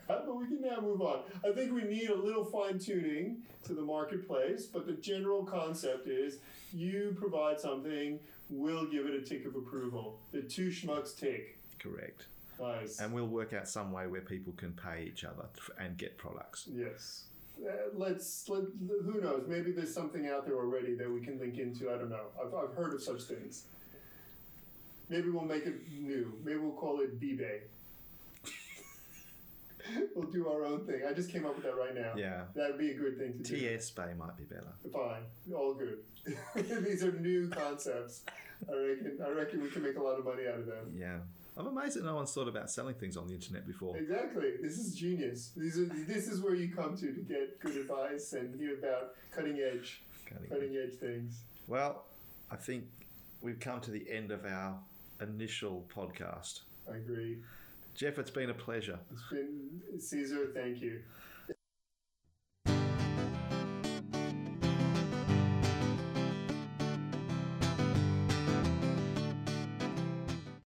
[SPEAKER 2] But we can now move on. I think we need a little fine tuning to the marketplace, but the general concept is you provide something, we'll give it a tick of approval. The two schmucks tick.
[SPEAKER 1] Correct.
[SPEAKER 2] Nice.
[SPEAKER 1] And we'll work out some way where people can pay each other f- and get products.
[SPEAKER 2] Yes. Uh, let's let who knows maybe there's something out there already that we can link into i don't know i've, I've heard of such things maybe we'll make it new maybe we'll call it b-bay we'll do our own thing i just came up with that right now
[SPEAKER 1] Yeah.
[SPEAKER 2] that'd be a good thing to do
[SPEAKER 1] TS Bay might be better.
[SPEAKER 2] fine all good these are new concepts i reckon i reckon we can make a lot of money out of them
[SPEAKER 1] Yeah. I'm amazed that no one's thought about selling things on the internet before.
[SPEAKER 2] Exactly. This is genius. These are, this is where you come to to get good advice and hear about cutting edge,
[SPEAKER 1] Cutting.
[SPEAKER 2] cutting edge things.
[SPEAKER 1] Well, I think we've come to the end of our initial podcast.
[SPEAKER 2] I agree.
[SPEAKER 1] Jeff, it's been a pleasure.
[SPEAKER 2] It's been Caesar. Thank you.